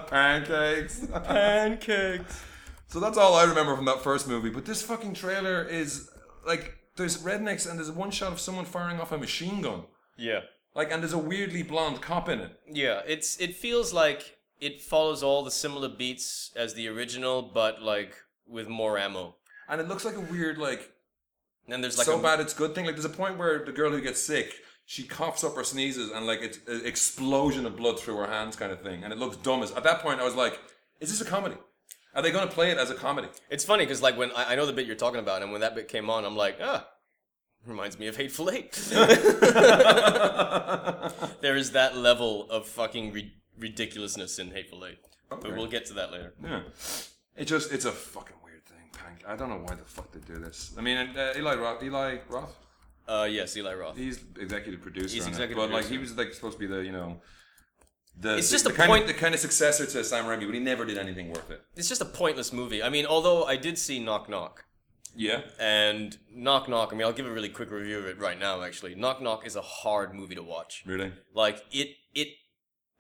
pancakes. Pancakes. So that's all I remember from that first movie. But this fucking trailer is like there's rednecks and there's one shot of someone firing off a machine gun. Yeah. Like and there's a weirdly blonde cop in it. Yeah. It's it feels like it follows all the similar beats as the original, but like with more ammo. And it looks like a weird like And there's like so a, bad it's good thing. Like there's a point where the girl who gets sick, she coughs up or sneezes, and like it's an explosion of blood through her hands, kind of thing. And it looks dumb as. At that point, I was like, "Is this a comedy? Are they going to play it as a comedy?" It's funny because like when I, I know the bit you're talking about, and when that bit came on, I'm like, ah, reminds me of Hateful Eight. there is that level of fucking ri- ridiculousness in Hateful Eight, but Okay. we'll get to that later. Yeah. It just it's a fucking weird thing. Pank. I don't know why the fuck they do this. I mean, and, uh, Eli Roth. Eli Roth. Uh, yes, Eli Roth. He's executive producer. He's on it, executive but like he producer. was like supposed to be the you know. The, It's the- just the a kind point- Of, the kind of successor to Sam Raimi, but he never did anything worth it. It's just a pointless movie. I mean, although I did see Knock Knock. Yeah. And Knock Knock, I mean, I'll give a really quick review of it right now, actually. Knock Knock is a hard movie to watch. Really. Like, it, it,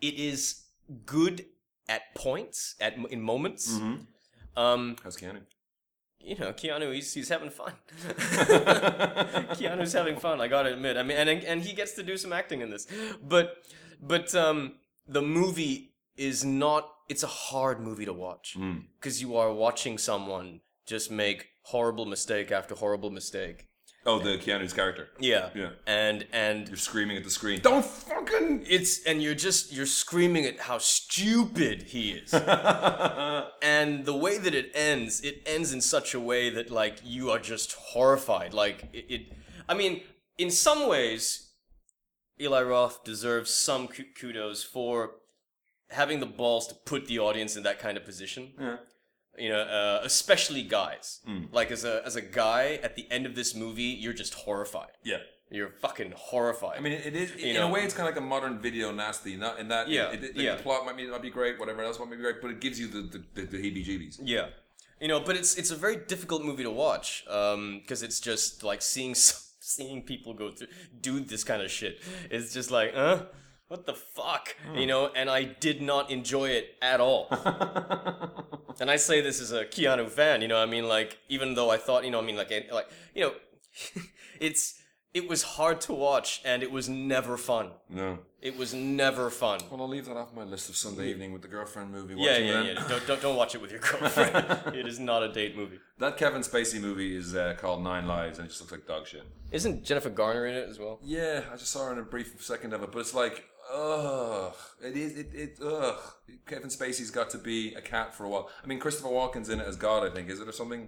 it is good at points, at, in moments. Mhm. Um, How's you know, Keanu, he's, he's having fun. Keanu? Keanu's having fun, I gotta admit. I mean, and, and he gets to do some acting in this. But, but, um, the movie is not, it's a hard movie to watch. Mm. Because you are watching someone just make horrible mistake after horrible mistake. Oh, the Keanu's character. Yeah. Yeah. And, You're and screaming at the screen. Don't fucking. it's, and you're just, you're screaming at how stupid he is. and the way that it ends it ends in such a way that like you are just horrified like it, it i mean in some ways eli roth deserves some ku- kudos for having the balls to put the audience in that kind of position Yeah. you know, uh, especially guys. Mm. Like as a as a guy, at the end of this movie, you're just horrified. Yeah. You're fucking horrified. I mean, it it is You in know. a way. It's kind of like a modern video nasty. Not in that. it- Yeah, It, it- yeah. The plot might be might be great. Whatever else might be great, but it gives you the the, the, the heebie-jeebies. yeah, you know, but it's it's a very difficult movie to watch because it's just like seeing s- seeing people go through do this kind of shit. It's just like, huh, what the fuck, you know? And I did not enjoy it at all. And I say this as a Keanu fan, you know. I mean, like, even though I thought, you know, I mean, like, I- like, you know, it's it was hard to watch, and it was never fun. no. It was never fun. Well, I'll leave that off my list of Sunday evening with the girlfriend movie. Yeah, watching yeah, then. yeah. Don't, don't don't watch it with your girlfriend. it is not a date movie. That Kevin Spacey movie is uh, called Nine Lives, and it just looks like dog shit. Isn't Jennifer Garner in it as well? Yeah, I just saw her in a brief second of it, but it's like, ugh, it is, it, it, ugh. Kevin Spacey's got to be a cat for a while. I mean, Christopher Walken's in it as God, I think, is it or something,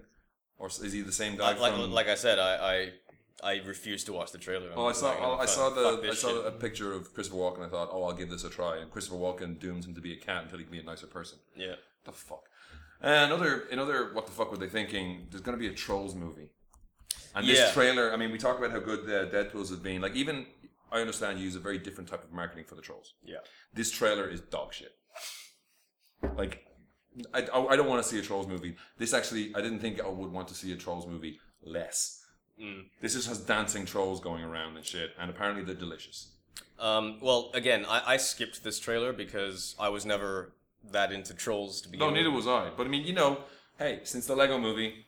or s- is he the same guy Like, like, from? like I said, I I, I refuse to watch the trailer. well, I saw, well, I saw the, I saw a the. picture of Christopher Walken. and I thought, oh, I'll give this a try. And Christopher Walken dooms him to be a cat until he can be a nicer person. Yeah. What the fuck? And another, another, what the fuck were they thinking? There's going to be a Trolls movie. And Yeah. this trailer, I mean, we talked about how good uh, Deadpool's has been. Like, even, I understand you use a very different type of marketing for the Trolls. Yeah. This trailer is dog shit. Like, I, I I don't want to see a Trolls movie. This actually, I didn't think I would want to see a Trolls movie less. Mm. This just has dancing trolls going around and shit, and apparently they're delicious. Um, well, again, I, I skipped this trailer because I was never that into trolls to begin No, with. neither was I. But I mean, you know, hey, since the Lego movie,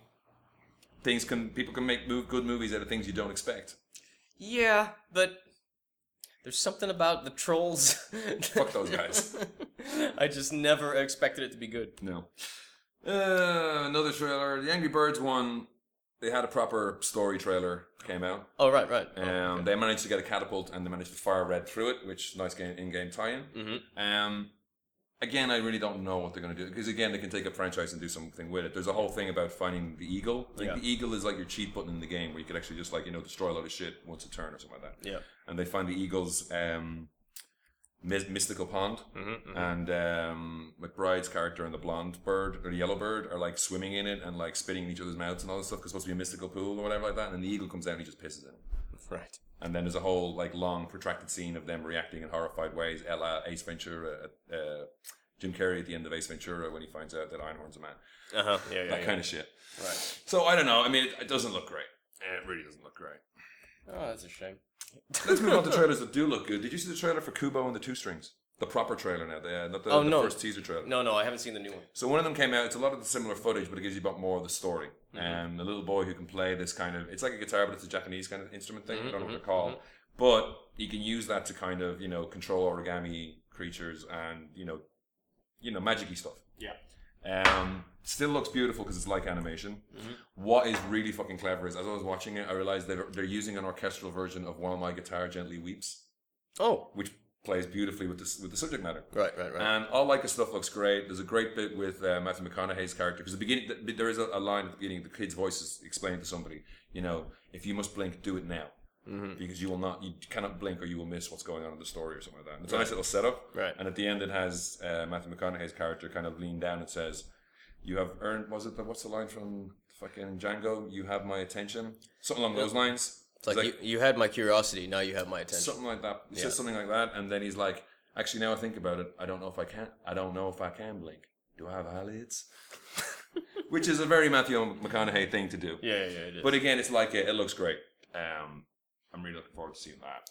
things can people can make move, good movies out of things you don't expect. Yeah, but there's something about the trolls. Fuck those guys. I just never expected it to be good. No. Uh, another trailer, the Angry Birds one. They had a proper story trailer came out. Oh right, right. Um, They managed to get a catapult and they managed to fire red through it, which nice game in-game tie-in. Mhm. Um, again, I really don't know what they're going to do because again, they can take a franchise and do something with it. There's a whole thing about finding the eagle. Like Yeah. the eagle is like your cheat button in the game where you could actually just like you know destroy a lot of shit once a turn or something like that. Yeah. And they find the eagle's um, mys- mystical pond. Mm-hmm. And um, McBride's character and the blonde bird or the yellow bird are like swimming in it and like spitting in each other's mouths and all this stuff. 'cause it's supposed to be a mystical pool or whatever like that. And then the eagle comes down and he just pisses in it. Uh, Right. And then there's a whole like long protracted scene of them reacting in horrified ways. Ella, Ace Ventura, uh, uh, Jim Carrey at the end of Ace Ventura when he finds out that Ironhorn's a man. Uh huh. Yeah, yeah. That yeah. kind of shit. Right. So I don't know. I mean, it, it doesn't look great. It really doesn't look great. Oh, that's a shame. Let's move on to trailers that do look good. Did you see the trailer for Kubo and the Two Strings? The proper trailer now, the, uh, not the, Oh, the no. first teaser trailer. No, no, I haven't seen the new one. So one of them came out. It's a lot of the similar footage, but it gives you about more of the story. Mhm. Um, a little boy who can play this kind of. It's like a guitar, but it's a Japanese kind of instrument thing. I don't know what Mhm, they're called, but you can use that to kind of you know control origami creatures and you know, you know, magicy stuff. Yeah. Um, still looks beautiful because it's like animation. What is really fucking clever is as I was watching it, I realized that they're using an orchestral version of "While My Guitar Gently Weeps," Oh. which plays beautifully with this with the subject matter. Right, right, right. And all Um, like his stuff looks great. There's a great bit with uh, Matthew McConaughey's character because the beginning th- there is a, a line at the beginning. The kid's voice is explaining to somebody, you know, if you must blink, do it now mm-hmm. because you will not, you cannot blink or you will miss what's going on in the story or something like that. And it's a nice little setup. Right. And at the end, it has uh, Matthew McConaughey's character kind of lean down and says, "You have earned." Was it the, what's the line from fucking Django? You have my attention. Something along those lines. It's like, He's you, you had my curiosity, now you have my attention. something like that. He Yeah. says something like that, and then he's like, "Actually, now I think about it, I don't know if I can. I don't know if I can blink. Do I have eyelids?" Which is a very Matthew McConaughey thing to do. yeah, yeah, yeah, it is. But again, it's like it, it looks great. Um, I'm really looking forward to seeing that.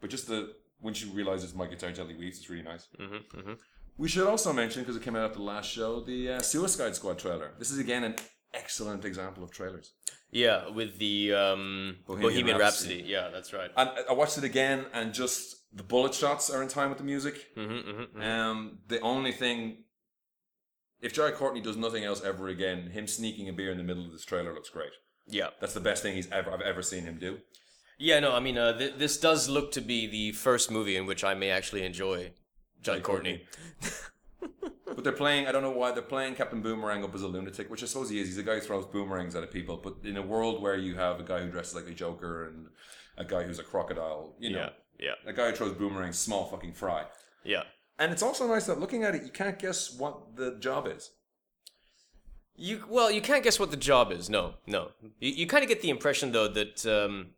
But just the once you realize it's my guitar jelly weaves, it's really nice. mm-hmm, mm-hmm. We should also mention because it came out at the last show, the uh, Suicide Squad trailer. This is again an excellent example of trailers. Yeah, with the um, Bohemian, Bohemian Rhapsody. Rhapsody. Yeah, that's right. And I- I watched it again, and just the bullet shots are in time with the music. hmm hmm Um, the only thing, if Jared Courtney does nothing else ever again, him sneaking a beer in the middle of this trailer looks great. Yeah. That's the best thing he's ever I've ever seen him do. Yeah, no, I mean, uh, th- this does look to be the first movie in which I may actually enjoy John Like Courtney. but they're playing. I don't know why they're playing Captain Boomerang up as a lunatic, which I suppose he is. He's a guy who throws boomerangs at people. But in a world where you have a guy who dresses like a Joker and a guy who's a crocodile, you know, yeah, a guy who throws boomerangs, small fucking fry. yeah. And it's also nice that looking at it, you can't guess what the job is. You well, you can't guess what the job is. No, no. You, you kind of get the impression though that um,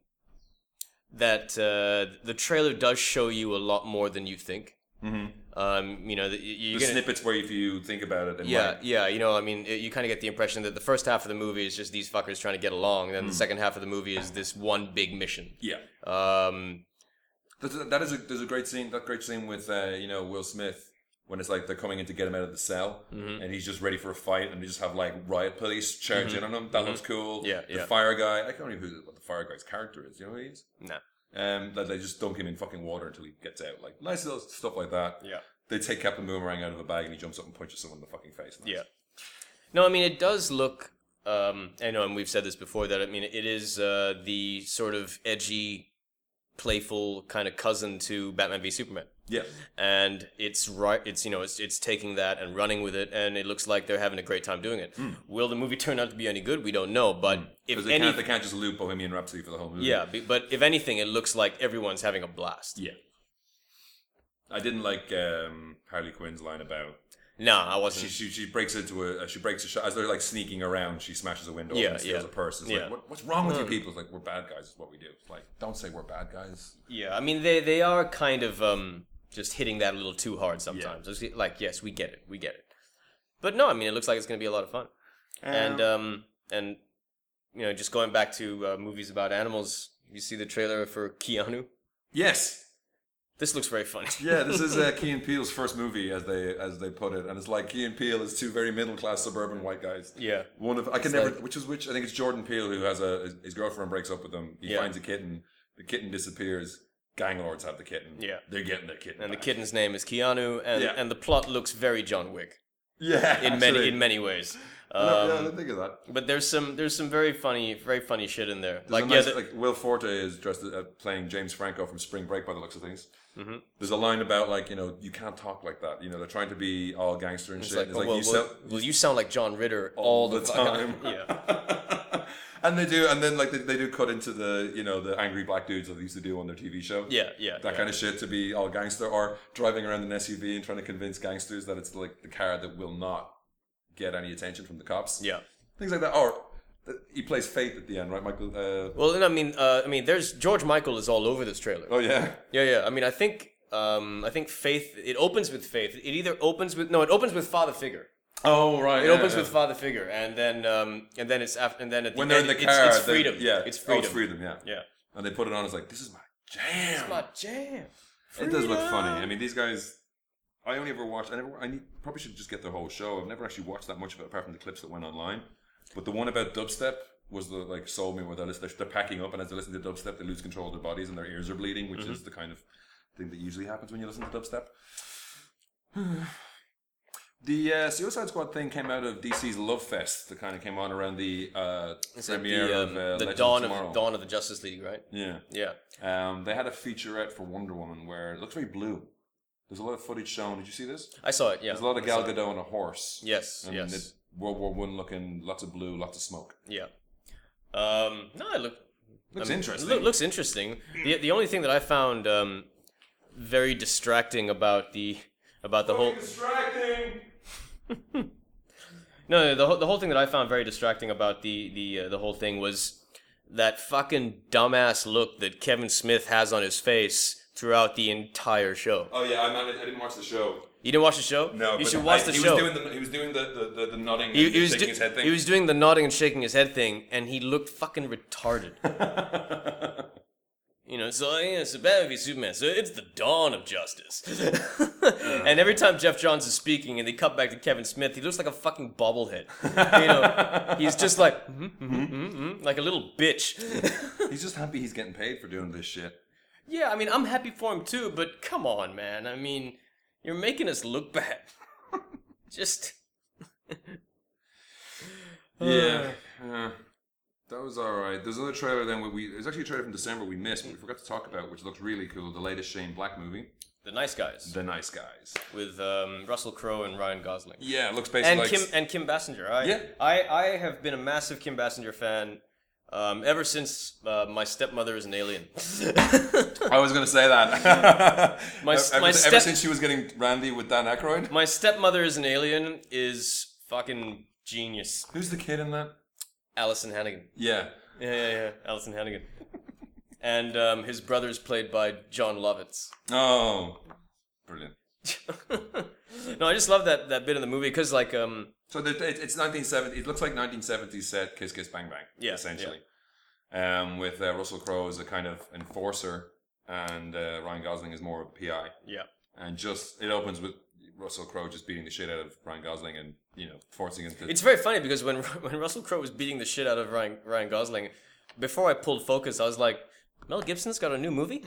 that uh, the trailer does show you a lot more than you think. Mm-hmm. Um, you know, that y- you're The gonna, snippets where if you think about it, it yeah, might- yeah. You know, I mean, it, you kind of get the impression that the first half of the movie is just these fuckers trying to get along, and then the second half of the movie is this one big mission. yeah. Um, That's- That is a, there's a great scene. That great scene with uh, you know Will Smith when it's like they're coming in to get him out of the cell, Mm-hmm. and he's just ready for a fight, and they just have like riot police charge in on him. That looks cool. Mm-hmm. Yeah, the yeah. fire guy. I can't remember who, the- what the fire guy's character is. You know who he is? no. Um, that they just dunk him in fucking water until he gets out. Like nice little stuff like that. Yeah. They take Captain Boomerang out of a bag and he jumps up and punches someone in the fucking face. Yeah. No, I mean it does look. Um, I know, and we've said this before that I mean it is uh, the sort of edgy, playful kind of cousin to Batman v Superman, Yeah. and it's right. It's you know it's it's taking that and running with it, and it looks like they're having a great time doing it. Will the movie turn out to be any good? We don't know, but if Because they, any, can't, they can't just loop Bohemian Rhapsody for the whole movie. yeah, be- but if anything, it looks like everyone's having a blast. Yeah. I didn't like um, Harley Quinn's line about Nah, I wasn't. she she, she breaks into a uh, she breaks a shot as they're like sneaking around. She smashes a window Yeah, and steals yeah. a purse. It's Yeah. Hmm. like what, what's wrong with you people? It's like we're bad guys. Is what we do. It's like don't say we're bad guys. Yeah, I mean they they are kind of um just hitting that a little too hard sometimes. It's Like yes, we get it, we get it. But no, I mean it looks like it's going to be a lot of fun. and um and you know just going back to uh, movies about animals, you see the trailer for Keanu. Yes. This looks very funny. Yeah, this is uh, Key and Peele's first movie, as they as they put it, and it's like Key and Peele is two very middle class suburban white guys. Yeah. One of I can never like- which is which I think it's Jordan Peele who has a his girlfriend breaks up with him. He Yeah. finds a kitten. The kitten disappears. Gang lords have the kitten. Yeah. they're getting their kitten. And the back. kitten's name is Keanu, and Yeah. and the plot looks very John Wick Yeah, in many actually. in many ways. I don't- yeah, I Um, didn't think of that. but there's some there's some very funny very funny shit in there. There's Like a yeah, nice- the- like Will Forte is dressed as, uh, playing James Franco from Spring Break by the looks of things. Mm-hmm. There's a line about like you know you can't talk like that. You know they're trying to be all gangster and it's shit. like, and It's oh, like, well, you well, sell- well, you sound like John Ritter all, all the, the time. fucking- yeah. and they do, and then like they, they do cut into the you know the angry black dudes that they used to do on their TV show. Yeah, yeah. That kind of shit to be all gangster or driving around in an SUV and trying to convince gangsters that it's like the car that will not get any attention from the cops. Yeah. Things like that. Or uh, he plays Faith at the end, right, Michael? Uh, Well, then I mean, uh, I mean, there's George Michael is all over this trailer. oh yeah. Yeah, yeah. I mean, I think, um, I think Faith. It opens with Faith. It either opens with no, it opens with Father Figure. Oh right. It opens with Father Figure, and then, um, and then it's after, and then at the when they're in end, the it's- car. it's, they- freedom. Yeah, it's Oh, freedom. freedom. Yeah. Yeah. And they put it on. It's like this is my jam. It's my jam. It does look funny. I mean, these guys. I only ever watched. I never. I need, probably should just get their whole show. I've never actually watched that much of it apart from the clips that went online. But the one about dubstep was the like sold me where they're, lis- they're packing up and as they listen to dubstep they lose control of their bodies and their ears are bleeding, which Mm-hmm. is the kind of thing that usually happens when you listen to dubstep. The uh, Suicide Squad thing came out of DC's Love Fest that kind of came on around the uh, It's like premiere the, of um, uh, the Legend dawn of of, Tomorrow. dawn of the Justice League, right? Yeah. Yeah. Um, they had a featurette for Wonder Woman where it looks very blue. There's a lot of footage shown. Did you see this? I saw it. Yeah. There's a lot of Gal Gadot on a horse. Yes. And yes. it's World War One looking, lots of blue, lots of smoke. Yeah. Um, no, it looked Looks interesting. Um, Look, looks interesting. The the only thing that I found um, very distracting about the about the whole distracting. no, no the whole, the whole thing that I found very distracting about the the uh, the whole thing was that fucking dumbass look that Kevin Smith has on his face throughout the entire show. Oh yeah, I, managed, I didn't watch the show. You didn't watch the show? No, you but should watch I- the he show. Was doing the, he was doing the the, the, the nodding he, and he was shaking do- his head thing. he was doing the nodding and shaking his head thing, and he looked fucking retarded. you know, so yeah, so Batman v Superman. So it's the dawn of justice. Uh-huh. and every time Jeff Johns is speaking, and they cut back to Kevin Smith, he looks like a fucking bobblehead. you know, he's just like, mm-hmm, mm-hmm, mm-hmm, like a little bitch. He's just happy he's getting paid for doing this shit. yeah, I mean, I'm happy for him too, but come on, man. I mean, you're making us look bad. just. Uh. Yeah. yeah. That was all right. There's another trailer then. Where we there's actually a trailer from December we missed, but we forgot to talk about, which looks really cool. The latest Shane Black movie, The nice guys. The Nice Guys. with um, Russell Crowe and Ryan Gosling. Yeah, it looks basically And like Kim and Kim Bassinger. I, Yeah. I I have been a massive Kim Bassinger fan um, ever since uh, my stepmother is an alien. I was going to say that. My- ever, my ever step- since she was getting Randy with Dan Aykroyd. my stepmother is an alien is fucking Genius. Who's the kid in that? Allison Hannigan. Yeah. Yeah, yeah, yeah. Allison Hannigan. and um, his brother is played by John Lovitz. Oh, brilliant. no, I just love that, that bit in the movie because, like, um, So the, it, it's 1970. It looks like 1970s set Kiss Kiss Bang Bang. Yeah, essentially, Um, with uh, Russell Crowe as a kind of enforcer, and uh, Ryan Gosling is more of a PI. yeah, And just it opens with Russell Crowe just beating the shit out of Ryan Gosling and you know forcing him to. it's very funny because when when Russell Crowe was beating the shit out of Ryan Ryan Gosling, before I pulled focus, I was like, Mel Gibson's got a new movie.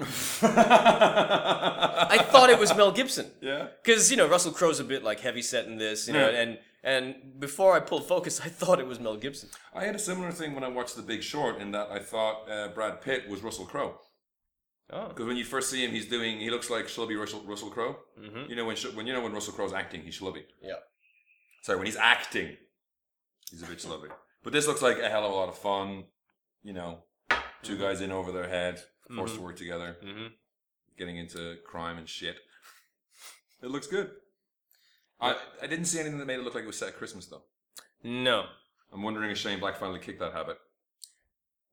I I thought it was Mel Gibson. Yeah. Because you know Russell Crowe's a bit like heavy set in this, you know, Yeah. and and before I pulled focus, I thought it was Mel Gibson. I had a similar thing when I watched The Big Short in that I thought uh, Brad Pitt was Russell Crowe. Oh, Because when you first see him, he's doing. He looks like schlubby Russell, Russell Crowe. Mhm. You know when sh- when you know when Russell Crowe's acting, he's schlubby. Yeah. Sorry, when he's acting, he's a bit schlubby. But this looks like a hell of a lot of fun. You know, 2 Mm-hmm. guys in over their head, forced to work together, hmm getting into crime and shit. It looks good. I I didn't see anything that made it look like it was set at Christmas though. Mm-hmm. no, I'm wondering if Shane Black finally kicked that habit.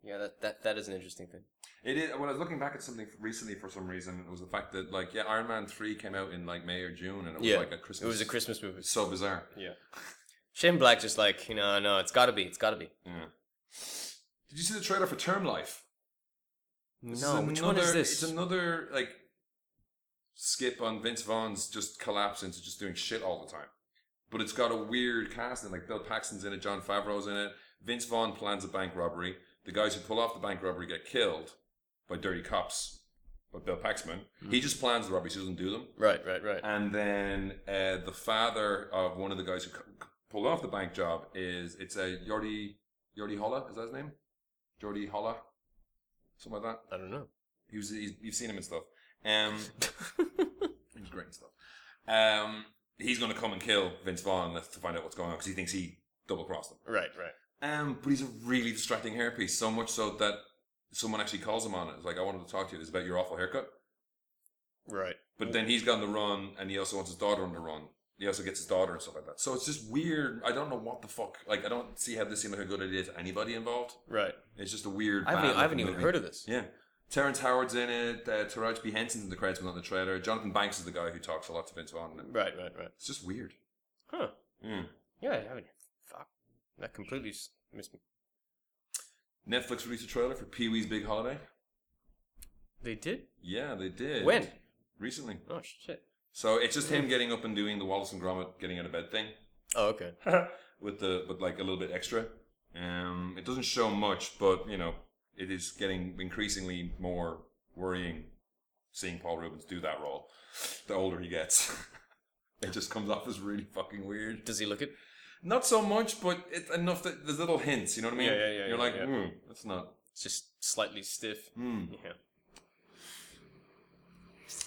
yeah, that, that that is an interesting thing. It is. When I was looking back at something recently for some reason, it was the fact that like yeah, Iron Man three came out in like May or June, and it was Yeah, like a Christmas. It was a Christmas movie. It's so bizarre. Yeah. Shane Black just like you know, no, it's got to be, it's got to be. Yeah. Did you see the trailer for Term Life? This no, is which one is another- this? It's another like skip on Vince Vaughn's just collapse into just doing shit all the time. But it's got a weird cast in it. Like Bill Paxton's in it, John Favreau's in it. Vince Vaughn plans a bank robbery. The guys who pull off the bank robbery get killed by dirty cops. But Bill Paxman, Hmm. he just plans the robberies, he doesn't do them. right, right, right. And then uh, the father of one of the guys who c- c- pulled off the bank job is it's a Jordi Jordi Holla is that his name? Jordi Holla, something like that. I don't know. He was he's, you've seen him and stuff. Um, he was great and stuff. Um, he's gonna come and kill Vince Vaughn let's- to find out what's going on because he thinks he double crossed him. Right, right. Um, but he's a really distracting hairpiece, so much so that someone actually calls him on it. It's like I wanted to talk to you. This is about your awful haircut. Right. But then he's gone the run, and he also wants his daughter on the run. He also gets his daughter and stuff like that. So it's just weird. I don't know what the fuck. Like I don't see how this seemed like a good idea to anybody involved. Right. It's just a weird. I haven't, I haven't even heard of this. Yeah, Terrence Howard's in it. Uh, Taraji B Henson's in the credits, but not in the trailer. Jonathan Banks is the guy who talks a lot to Vince Vaughn. Right, right, right. It's just weird. Huh. Mm. Yeah, I haven't. Fuck. That completely s- missed me. Netflix released a trailer for Pee Wee's Big Holiday. They did? Yeah, they did. When? Mm. Recently. Oh, shit. So it's just him getting up and doing the Wallace and Gromit getting out of bed thing. Oh, okay. with the with like a little bit extra. Um, it doesn't show much, but you know, it is getting increasingly more worrying seeing Paul Rubens do that role. The older he gets, it just comes off as really fucking weird. Does he look it? Not so much, but it, enough that there's little hints. You know what I mean? Yeah, yeah, yeah, You're yeah, like, yeah. hmm, that's not. It's just slightly stiff. Hmm. Yeah.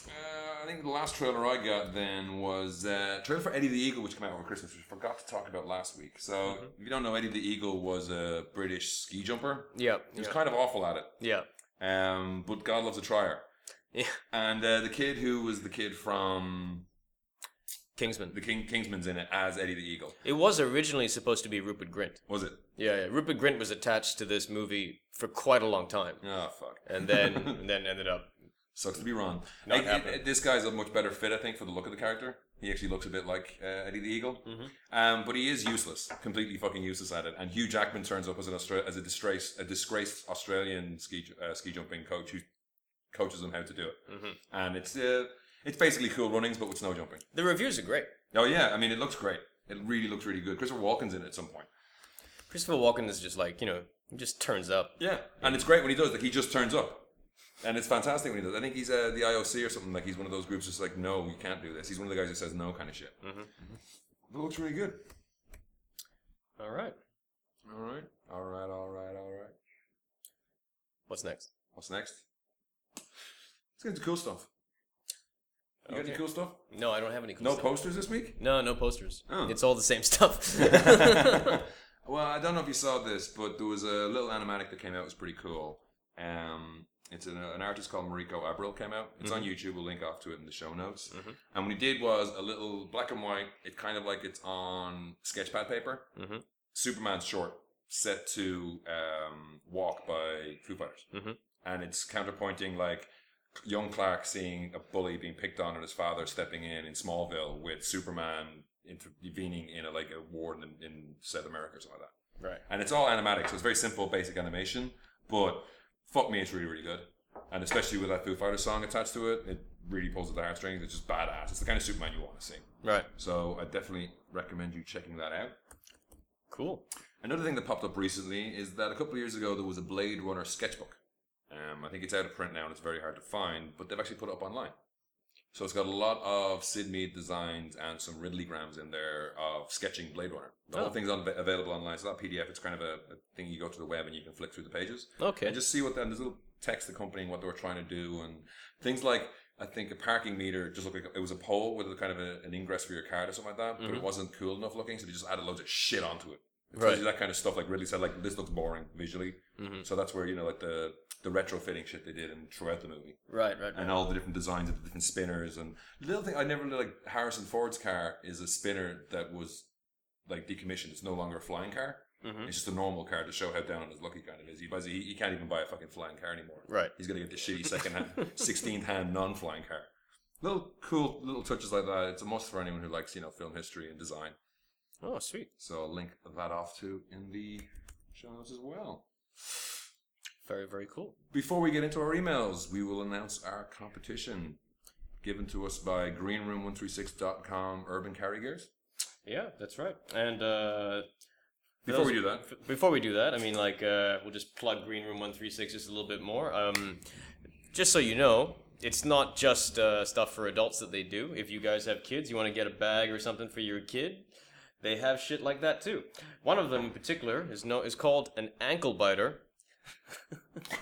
Uh, I think the last trailer I got then was uh, trailer for Eddie the Eagle, which came out over Christmas, which we forgot to talk about last week. So Mm-hmm. if you don't know, Eddie the Eagle was a British ski jumper. Yeah. He was kind of awful at it. yeah. Um, but God loves a trier. Yeah. And uh, the kid who was the kid from Kingsman. the King Kingsman's in it as Eddie the Eagle. It was originally supposed to be Rupert Grint. Was it? Yeah, yeah. Rupert Grint was attached to this movie for quite a long time. Oh fuck. And then and then ended up. Sucks to be wrong. Not Like, it- happening. it- this guy's a much better fit, I think, for the look of the character. He actually looks a bit like uh, Eddie the Eagle. Mhm. Um, but he is useless, completely fucking useless at it. And Hugh Jackman turns up as an Austra- as a disgrace, a disgraced Australian ski ju- uh, ski jumping coach who coaches him how to do it. Mhm. And it's uh, it's basically cool runnings, but with snow jumping. The reviews are great. Oh yeah, I mean it looks great. It really looks really good. Christopher Walken's in it at some point. Christopher Walken is just like, you know, he just turns up. Yeah, and it's great when he does. Like he just turns up, and it's fantastic when he does. I think he's uh, the IOC or something. Like he's one of those groups that's like, no, you can't do this. He's one of the guys who says no kind of shit. Mm-hmm. Mm-hmm. It looks really good. All right. All right, all right, all right, all right. What's next? What's next? Let's get into cool stuff. You got any Okay. cool stuff? No, I don't have any cool No stuff. posters this week. No, no posters. Oh. It's all the same stuff. well, I don't know if you saw this, but there was a little animatic that came out. It was pretty cool. Um, It's an, an artist called Mariko Abril came out. It's on YouTube. We'll link off to it in the show notes. Mhm. And what he did was a little black and white. It kind of like it's on sketchpad paper. Mhm. Superman's short set to um, "Walk" by Foo Fighters, Mhm. and it's counterpointing like young Clark seeing a bully being picked on and his father stepping in in Smallville with Superman intervening in a like a war in, in South America or something like that Right. and it's all animatic, so it's very simple, basic animation. But fuck me, it's really, really good. And especially with that Foo Fighters song attached to it, it really pulls at the heartstrings. It's just badass. It's the kind of Superman you want to see. Right. So I definitely recommend you checking that out. Cool. Another thing that popped up recently is that a couple of years ago there was a Blade Runner sketchbook. Um, I think it's out of print now and it's very hard to find, but they've actually put it up online. So it's got a lot of Sid Mead designs and some Ridley Grams in there of sketching Blade Runner. The Oh. whole thing's on, available online. It's not PDF. It's kind of a, a thing you go to the web and you can flick through the pages Okay. and just see what then there's little text accompanying what they were trying to do and things like I think a parking meter just looked like it was a pole with a kind of a, an ingress for your card or something like that, but it Mhm. wasn't cool enough looking, so they just added loads of shit onto it. It's Right. usually that kind of stuff. Like Ridley said, like this looks boring visually, Mhm. so that's where you know like the the retrofitting shit they did and throughout the movie Right. Right. right. and all the different designs of the different spinners and the little thing I never really like Harrison Ford's car is a spinner that was like decommissioned. It's no longer a flying car. Mhm. It's just a normal car to show how down on his lucky kind of is. He buys he, he can't even buy a fucking flying car anymore. Right. He's gonna get the shitty second hand, sixteenth hand non flying car. Little cool little touches like that. It's a must for anyone who likes you know film history and design. Oh, sweet. So I'll link that off to in the show notes as well. Very very cool. Before we get into our emails, we will announce our competition given to us by greenroom136.com Urban Carry Gears. Yeah, that's right. And uh, for Before we those- do that, f- before we do that, I mean, like, uh, we'll just plug Green Room One Three Six just a little bit more. Um, just so you know, it's not just uh, stuff for adults that they do. If you guys have kids, you want to get a bag or something for your kid. They have shit like that too. One of them in particular is no is called an ankle biter.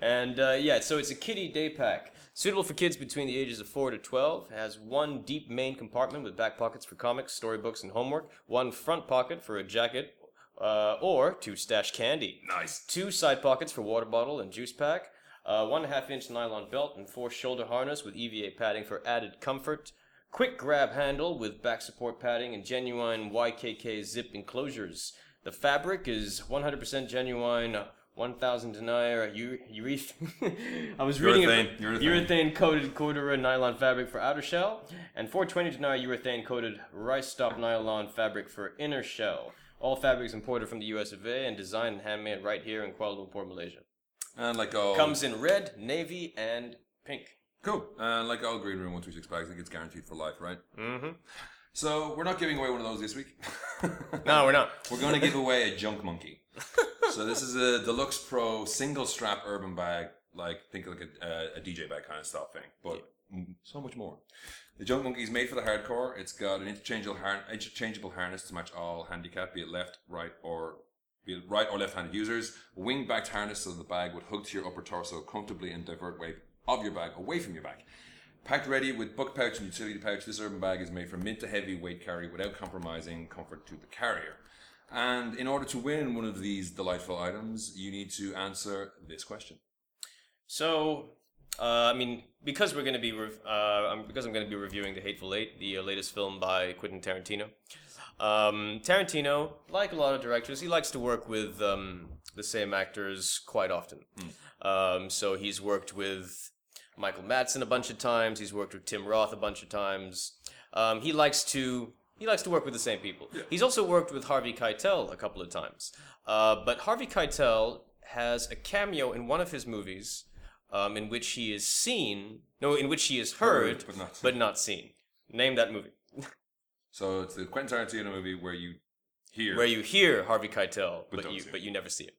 and uh, yeah, so it's a kiddie day pack. Suitable for kids between the ages of 4 to 12. Has one deep main compartment with back pockets for comics, storybooks, and homework. One front pocket for a jacket uh, or to stash candy. nice. Two side pockets for water bottle and juice pack. Uh, one and a half inch nylon belt and four shoulder harness with EVA padding for added comfort. Quick grab handle with back support padding and genuine YKK zip enclosures. The fabric is 100% genuine, 1000 denier, u- ureth- I was reading Urethane, it. urethane. coated corduroy nylon fabric for outer shell, and 420 denier urethane coated rice stop nylon fabric for inner shell. All fabrics imported from the US of A and designed and handmade right here in Kuala Lumpur, Malaysia. And like all Comes in red, navy, and pink. cool. And like all Green Room 136 bags, I think it's guaranteed for life, right? Mm-hmm. So we're not giving away one of those this week. No, we're not. We're going to give away a junk monkey. so this is a deluxe pro single strap urban bag, like think like a, a, a DJ bag kind of style thing, but mm, so much more. The junk monkey is made for the hardcore. It's got an interchangeable, har- interchangeable harness to match all handicap, be it left, right, or be it right or left-handed users. Wing-backed harness so the bag would hook to your upper torso comfortably and divert weight of your bag away from your back. Packed ready with book pouch and utility pouch, this urban bag is made from mid to heavy weight carry without compromising comfort to the carrier. And in order to win one of these delightful items, you need to answer this question. So, uh, I mean, because we're going to be rev- uh, I'm, because I'm going to be reviewing The Hateful Eight, the uh, latest film by Quentin Tarantino. Um, Tarantino, like a lot of directors, he likes to work with um, the same actors quite often. Hmm. Um, so he's worked with Michael Madsen a bunch of times. He's worked with Tim Roth a bunch of times. Um, he likes to he likes to work with the same people. He's also worked with Harvey Keitel a couple of times. Uh, but Harvey Keitel has a cameo in one of his movies, um, in which he is seen no, in which he is Heard, heard, but not seen. but not seen. Name that movie. So it's the Quentin Tarantino movie where you hear. Where you hear Harvey Keitel, but, don't you see him. but you never see it.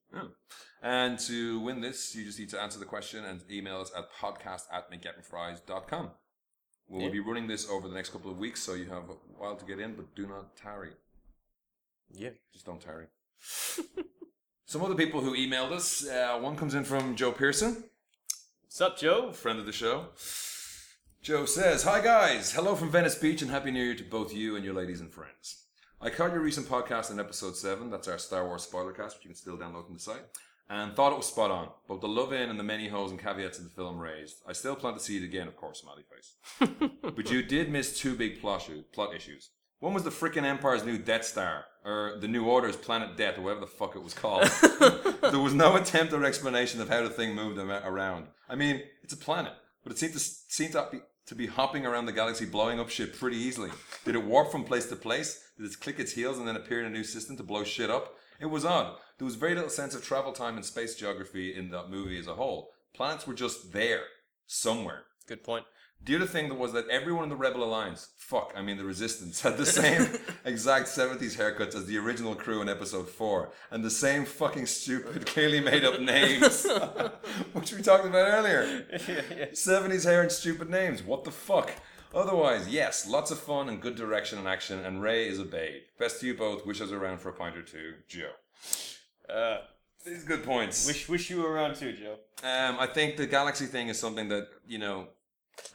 and to win this, you just need to answer the question and email us at podcast at mcgettingfries.com. We'll Yeah. be running this over the next couple of weeks, so you have a while to get in, but do not tarry. Yeah. Just don't tarry. Some other people who emailed us. Uh, one comes in from Joe Pearson. What's up, Joe? friend of the show. Joe says, Hi guys, hello from Venice Beach and Happy New Year to both you and your ladies and friends. I caught your recent podcast in episode 7, that's our Star Wars spoiler cast, which you can still download from the site. and thought it was spot on. Both the love in and the many holes and caveats of the film raised. I still plan to see it again, of course, smiley face. but you did miss two big plot, shoe- plot issues. One was the frickin' Empire's new Death Star, or the New Order's Planet Death, or whatever the fuck it was called. there was no attempt or explanation of how the thing moved ama- around. I mean, it's a planet, but it seemed to s- seemed to be, to be hopping around the galaxy, blowing up shit pretty easily. Did it warp from place to place? Did it click its heels and then appear in a new system to blow shit up? It was odd. There was very little sense of travel time and space geography in that movie as a whole. Planets were just there, somewhere. Good point. The other thing that was that everyone in the Rebel Alliance, fuck, I mean the Resistance, had the same exact 70s haircuts as the original crew in episode 4, and the same fucking stupid, clearly made up names, which we talked about earlier. 70s hair and stupid names, what the fuck? Otherwise, yes, lots of fun and good direction and action, and Ray is a babe. Best to you both, wish I was around for a pint or two, Joe. Uh, These good points. wish wish you were around too, Joe. um, I think the galaxy thing is something that, you know,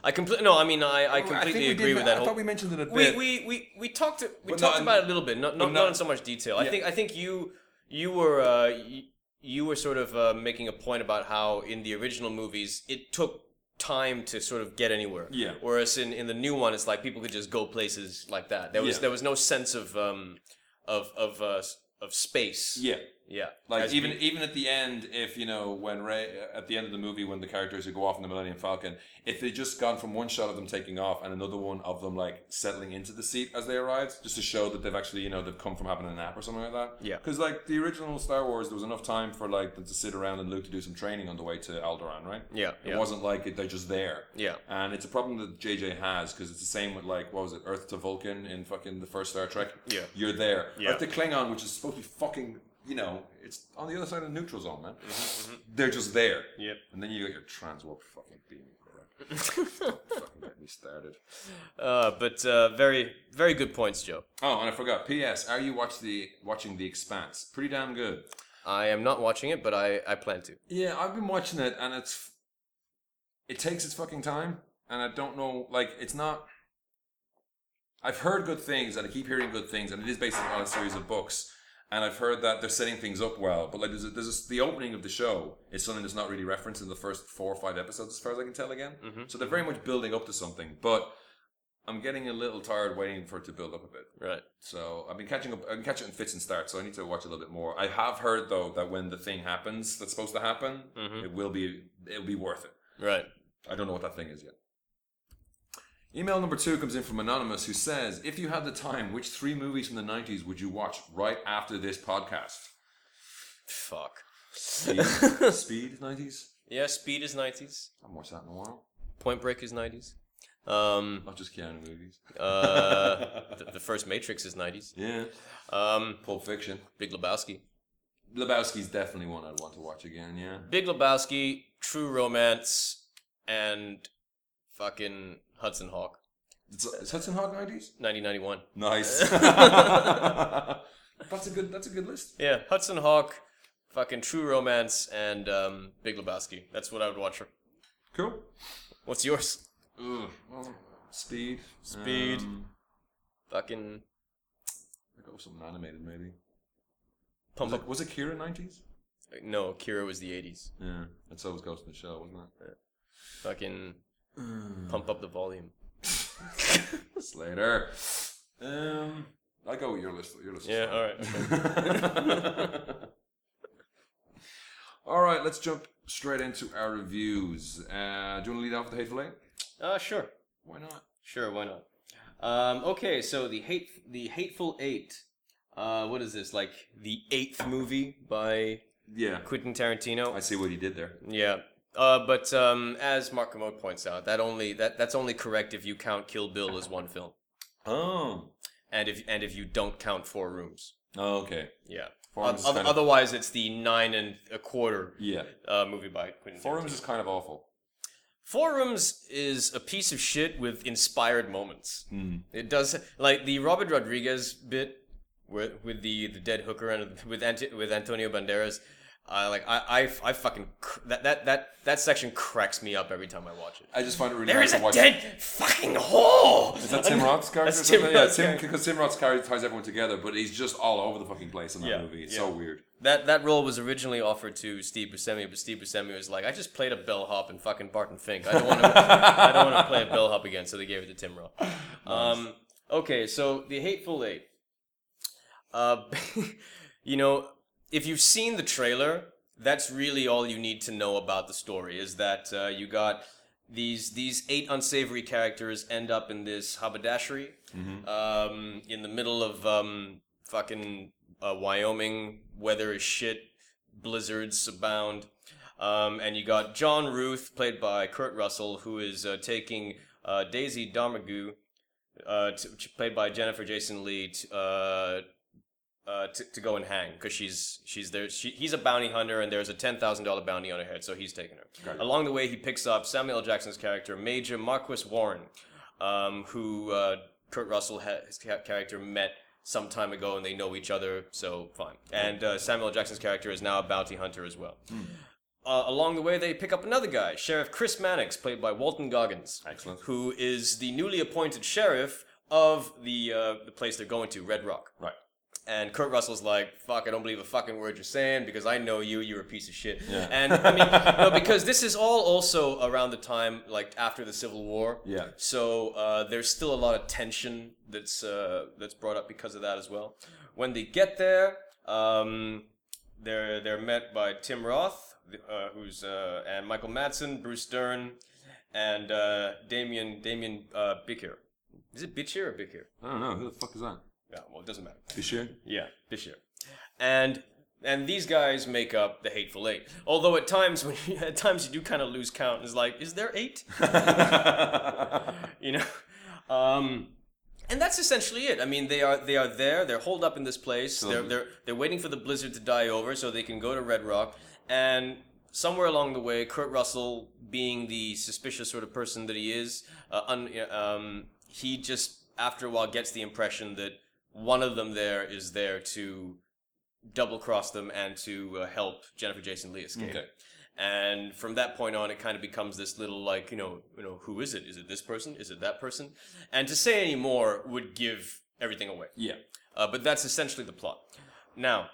I completely no. I mean, I, I Oh, think completely we agree did- with that. I whole, thought we mentioned it a we, bit. we, we, we talked we But talked not in- about it a little bit, not not, not- not in so much detail. I Yeah. think I think you you were uh, you, you were sort of uh, making a point about how in the original movies it took time to sort of get anywhere. Yeah. Whereas in, in the new one, it's like people could just go places like that. There was Yeah. there was no sense of um of of uh, s- of space. yeah. Yeah. Like As even we- even at the end, if you know when Ray at the end of the movie when the characters who go off in the Millennium Falcon, if they just gone from one shot of them taking off and another one of them like settling into the seat as they arrived, just to show that they've actually you know they've come from having a nap or something like that. Yeah. Because like the original Star Wars, there was enough time for like them to sit around and Luke to do some training on the way to Alderaan, right? yeah It yeah wasn't like it, they're just there. yeah. And it's a problem that JJ has because it's the same with like what was it, Earth to Vulcan in fucking the first Star Trek. Yeah. you're there. Yeah. Earth to Klingon, which is supposed to be fucking, you know, it's on the other side of the neutral zone, man. They're just there. Mm-hmm, Yep. And then you got your transwarp fucking beam. crap. Don't fucking get me started. Uh, but uh, very very good points, Joe. Oh, and I forgot. P.S. Are you watch the watching The Expanse? Pretty damn good. I am not watching it, but I, I plan to. Yeah, I've been watching it, and it's it takes its fucking time, and I don't know, like it's not. I've heard good things, and I keep hearing good things, and it is based on a series of books, and I've heard that they're setting things up well, but like there's a, there's a, the opening of the show is something that's not really referenced in the first four or five episodes, as far as I can tell. Again, Mhm. so they're very much building up to something, but. I'm getting a little tired waiting for it to build up a bit. Right. So I've been catching up. I'm catching fits and starts. So I need to watch a little bit more. I have heard though that when the thing happens that's supposed to happen, Mhm. it will be it'll be worth it. Right. I don't know what that thing is yet. Email number two comes in from anonymous, who says, "If you had the time, which three movies from the '90s would you watch right after this podcast? Fuck. Speed, Speed '90s. Yeah, Speed is 90s. I haven't watched that in a while. Point Break is 90s. Um, Not just Keanu movies. uh, the, the first Matrix is 90s. Yeah, Um, Pulp Fiction. Big Lebowski. Lebowski's definitely one I'd want to watch again. Yeah, Big Lebowski, True Romance, and fucking Hudson Hawk. It's- is Hudson Hawk '90s? 1991. Nice. that's a good. That's a good list. Yeah, Hudson Hawk, fucking True Romance, and um, Big Lebowski. That's what I would watch. Cool. What's yours? Ugh. Well, speed. Speed. Um, Fucking I go with something animated maybe. Pump Was it, Up. was it Kira nineties? No, Kira was the 80s. Yeah, that's always Ghost in the Shell, wasn't Fucking it? pump up the volume. Slater. Um, I go with your list. Your list. is Yeah, fine. all right. all right. Let's jump straight into our reviews. Uh, do you want to lead off with the hateful eight? Uh, sure. Why not? Sure, why not? Um, okay, so the hate the Hateful Eight. Uh, what is this? Like the eighth movie by Yeah, Quentin Tarantino. I see what he did there. Yeah. Uh, but um, as Mark Kermode points out, that only that that's only correct if you count Kill Bill as one film, Oh, and if and if you don't count Four Rooms. okay. Yeah. Four Rooms is Oth- kind of- otherwise, it's the nine and a quarter Yeah. uh, movie by Quentin. Tarantino. Forums is kind of awful. Four Rooms is a piece of shit with inspired moments. Mm-hmm. It does like the Robert Rodriguez bit with, with the the dead hooker and with Ant- with Antonio Banderas. I like I I, I fucking cr- that that that that section cracks me up every time I watch it. I just find it really There hard is to a watch. dead fucking hole. Is that Tim Roth's character? That's or Tim something? yeah, Roth's Tim, character. because Tim Roth's character ties everyone together, but he's just all over the fucking place in that Yeah, movie. It's yeah. so weird. That that role was originally offered to Steve Buscemi, but Steve Buscemi was like, "I just played a bellhop in fucking Barton Fink. I don't want to. I don't want to play a bellhop again." So they gave it to Tim Roth. Um, okay, so the Hateful Eight. Uh, you know, if you've seen the trailer, that's really all you need to know about the story. Is that uh, you got these these eight unsavory characters end up in this haberdashery Mm-hmm. um, in the middle of um, fucking uh, Wyoming. Weather is shit. Blizzards abound. Um, and you got John Ruth, played by Kurt Russell, who is uh, taking uh, Daisy Domergue, uh, t- t- played by Jennifer Jason Lee, t- uh, uh, t- to go and hang because she's she's there. She, he's a bounty hunter, and there's a ten thousand dollar bounty on her head, so he's taking her. Got it. Along the way, he picks up Samuel L. Jackson's character, Major Marquis Warren, um, who uh, Kurt Russell ha- his ca- character met some time ago, and they know each other, so fine. And uh, Samuel L. Jackson's character is now a bounty hunter as well. Hmm. Uh, along the way, they pick up another guy, Sheriff Chris Mannix, played by Walton Goggins Excellent. who is the newly appointed sheriff of the uh, the place they're going to, Red Rock. Right. And Kurt Russell's like, "Fuck, I don't believe a fucking word you're saying because I know you. You're a piece of shit." Yeah. And I mean, no, because this is all also around the time like after the Civil War. Yeah. So uh, there's still a lot of tension that's uh, that's brought up because of that as well. When they get there, um, they're they're met by Tim Roth, th- uh, who's uh, and Michael Madsen, Bruce Dern, and uh, Damien Damien uh, Bichir. Is it Bichir or Bichir? I don't know. Who the fuck is that? Yeah, well, it doesn't matter. This year? Yeah, Bichir. And and these guys make up the Hateful Eight. Although at times when at times you do kind of lose count. It's like, is there eight? you know um and that's essentially it i mean they are they are there they're holed up in this place they're they're they're waiting for the blizzard to die over so they can go to red rock and somewhere along the way kurt russell being the suspicious sort of person that he is uh, un, um he just after a while gets the impression that one of them there is there to double cross them and to uh, help Jennifer Jason Lee escape. Okay. And from that point on, it kind of becomes this little like you know you know who is it? Is it this person? Is it that person? And to say any more would give everything away. Yeah. Uh, but that's essentially the plot. Now,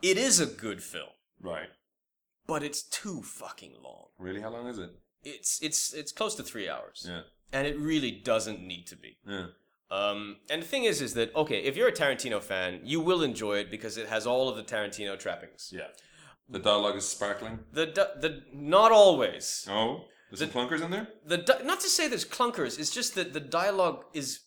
it is a good film, Right. but it's too fucking long. Really? How long is it? It's it's it's close to three hours, Yeah. and it really doesn't need to be. Yeah. Um, and the thing is, is that okay? If you're a Tarantino fan, you will enjoy it because it has all of the Tarantino trappings. Yeah. The dialogue is sparkling. The du- the not always Oh, there's some clunkers in there. the di- not to say there's clunkers. It's just that the dialogue is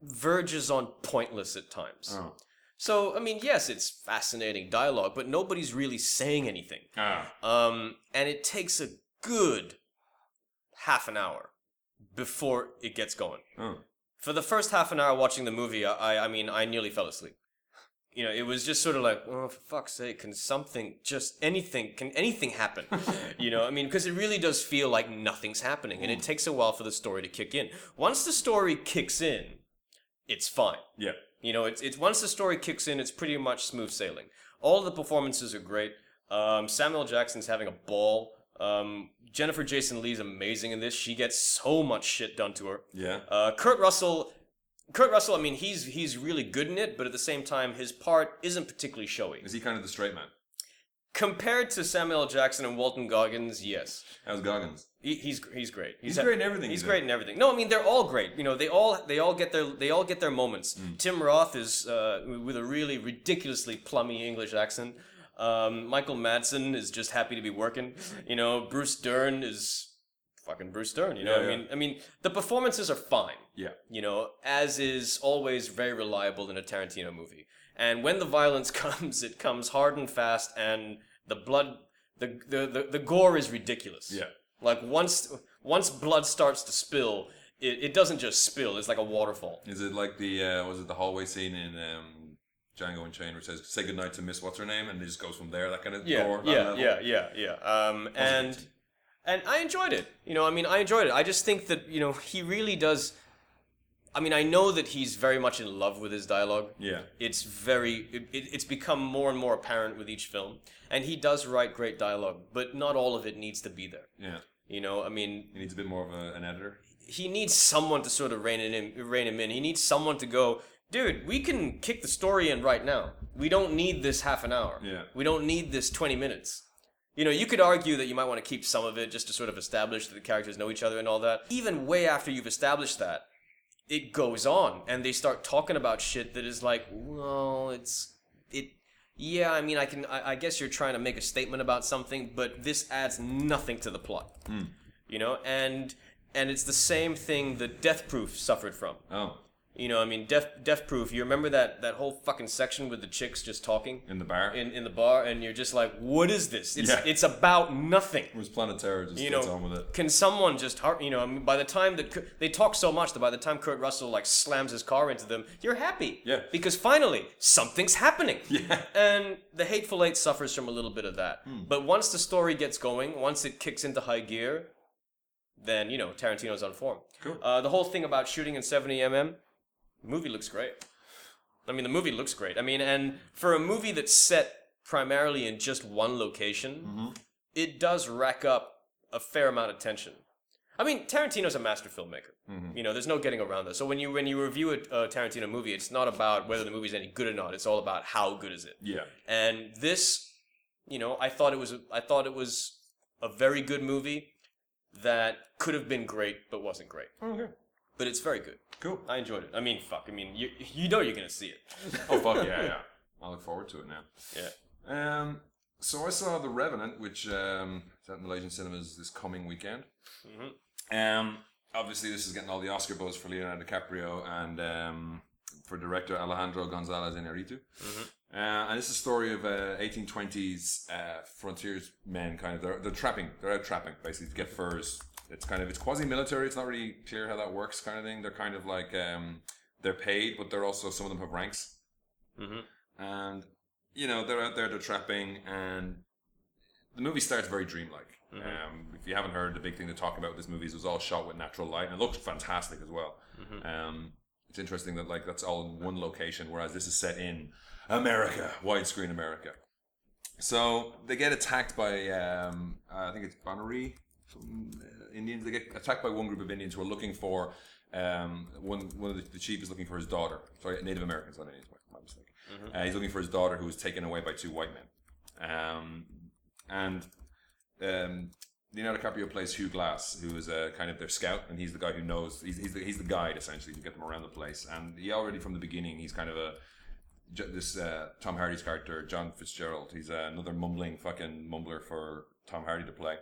verges on pointless at times. Oh. So I mean, yes, it's fascinating dialogue, but nobody's really saying anything. Ah. Um, and it takes a good half an hour before it gets going. Oh. for the first half an hour watching the movie, I I- I mean I nearly fell asleep. You know, it was just sort of like, oh for fuck's sake, can something just anything can anything happen? you know, I mean, because it really does feel like nothing's happening, and it takes a while for the story to kick in. Once the story kicks in, it's fine. Yeah. You know, it's it's once the story kicks in, it's pretty much smooth sailing. All of the performances are great. Um, Samuel Jackson's having a ball. Um, Jennifer Jason Lee's amazing in this. She gets so much shit done to her. Yeah. Uh, Kurt Russell, Kurt Russell. I mean, he's he's really good in it, but at the same time, his part isn't particularly showy Is he kind of the straight man? compared to Samuel L. Jackson and Walton Goggins. Yes, How's Goggins? he, he's he's great. He's, ha- great in everything. He's in. great in everything. No, I mean they're all great. You know, they all they all get their they all get their moments. Mm. Tim Roth is uh, with a really ridiculously plummy English accent. Um, Michael Madsen is just happy to be working. You know, Bruce Dern is fucking Bruce Dern. You know, Yeah, I yeah. mean, I mean the performances are fine. Yeah. You know, as is always very reliable in a Tarantino movie. And when the violence comes, it comes hard and fast, and the blood, the the the, the gore is ridiculous. Yeah. Like once once blood starts to spill, it, it doesn't just spill. It's like a waterfall. Is it like the uh, was it the hallway scene in um, Django Unchained, where it says "Say goodnight to Miss What's Her Name," and it just goes from there, that kind of Yeah, door, that yeah, level? yeah, yeah, yeah. Um, and and I enjoyed it. You know, I mean, I enjoyed it. I just think that you know he really does. I mean, I know that he's very much in love with his dialogue. Yeah. It's very. It, it, it's become more and more apparent with each film, and he does write great dialogue, but not all of it needs to be there. Yeah. You know, I mean, He needs a bit more of a, an editor. he needs someone to sort of rein it in, rein him in. He needs someone to go, dude. We can kick the story in right now. We don't need this half an hour. Yeah. We don't need this twenty minutes. You know, you could argue that you might want to keep some of it just to sort of establish that the characters know each other and all that. Even way after you've established that, it goes on and they start talking about shit that is like, well, it's it. Yeah, I mean, I can. I, I guess you're trying to make a statement about something, but this adds nothing to the plot you know and and it's the same thing that death proof suffered from Oh, you know i mean death death proof you remember that that whole fucking section with the chicks just talking in the bar. in, in the bar and you're just like what is this it's Yeah. it's about nothing it was Planet Terror just you gets know, on with it. can someone just har- you know I mean, by the time that Ku- they talk so much that by the time Kurt Russell like slams his car into them, you're happy. Yeah. Because finally something's happening. Yeah. And the Hateful Eight suffers from a little bit of that. But once the story gets going, once it kicks into high gear, then you know Tarantino's on form. Cool. Uh, the whole thing about shooting in 70 mm, movie looks great. I mean, the movie looks great. I mean, and for a movie that's set primarily in just one location, it does rack up a fair amount of tension. I mean, Tarantino's a master filmmaker. You know, there's no getting around that. So when you when you review a, a Tarantino movie, it's not about whether the movie's any good or not. It's all about how good is it. Yeah. And this, you know, I thought it was a, I thought it was a very good movie that could have been great but wasn't great. Okay. But it's very good. Cool. I enjoyed it. I mean, fuck. I mean, you you know you're gonna see it. Oh fuck yeah, yeah. I look forward to it now. Yeah. Um, so I saw The Revenant, which um, is at Malaysian cinemas this coming weekend. Mm-hmm. Um, obviously, this is getting all the Oscar buzz for Leonardo DiCaprio and um, for director Alejandro Gonzalez Inarritu. Uh, and it's a story of uh, 1820s uh, frontiersmen, kind of. They're, they're trapping, they're out trapping, basically, to get furs. It's kind of, it's quasi-military. It's not really clear how that works, kind of thing. They're kind of like, um, they're paid, but they're also, some of them have ranks Mm-hmm. and you know they're out there they're trapping and the movie starts very dreamlike um, if you haven't heard the big thing to talk about with this movie is it was all shot with natural light and it looked fantastic as well um, it's interesting that like that's all in one location whereas this is set in america widescreen america so they get attacked by um, uh, i think it's Bonnery from uh, indians they get attacked by one group of indians who are looking for um, one, one of the, the chief is looking for his daughter sorry native americans not indians my mistake uh, he's looking for his daughter, who was taken away by two white men. Um, and um, Leonardo DiCaprio plays Hugh Glass, who is uh, kind of their scout, and he's the guy who knows. He's, he's, the, he's the guide essentially to get them around the place. And he already from the beginning, he's kind of a J- this uh, Tom Hardy's character, John Fitzgerald. He's uh, another mumbling fucking mumbler for Tom Hardy to play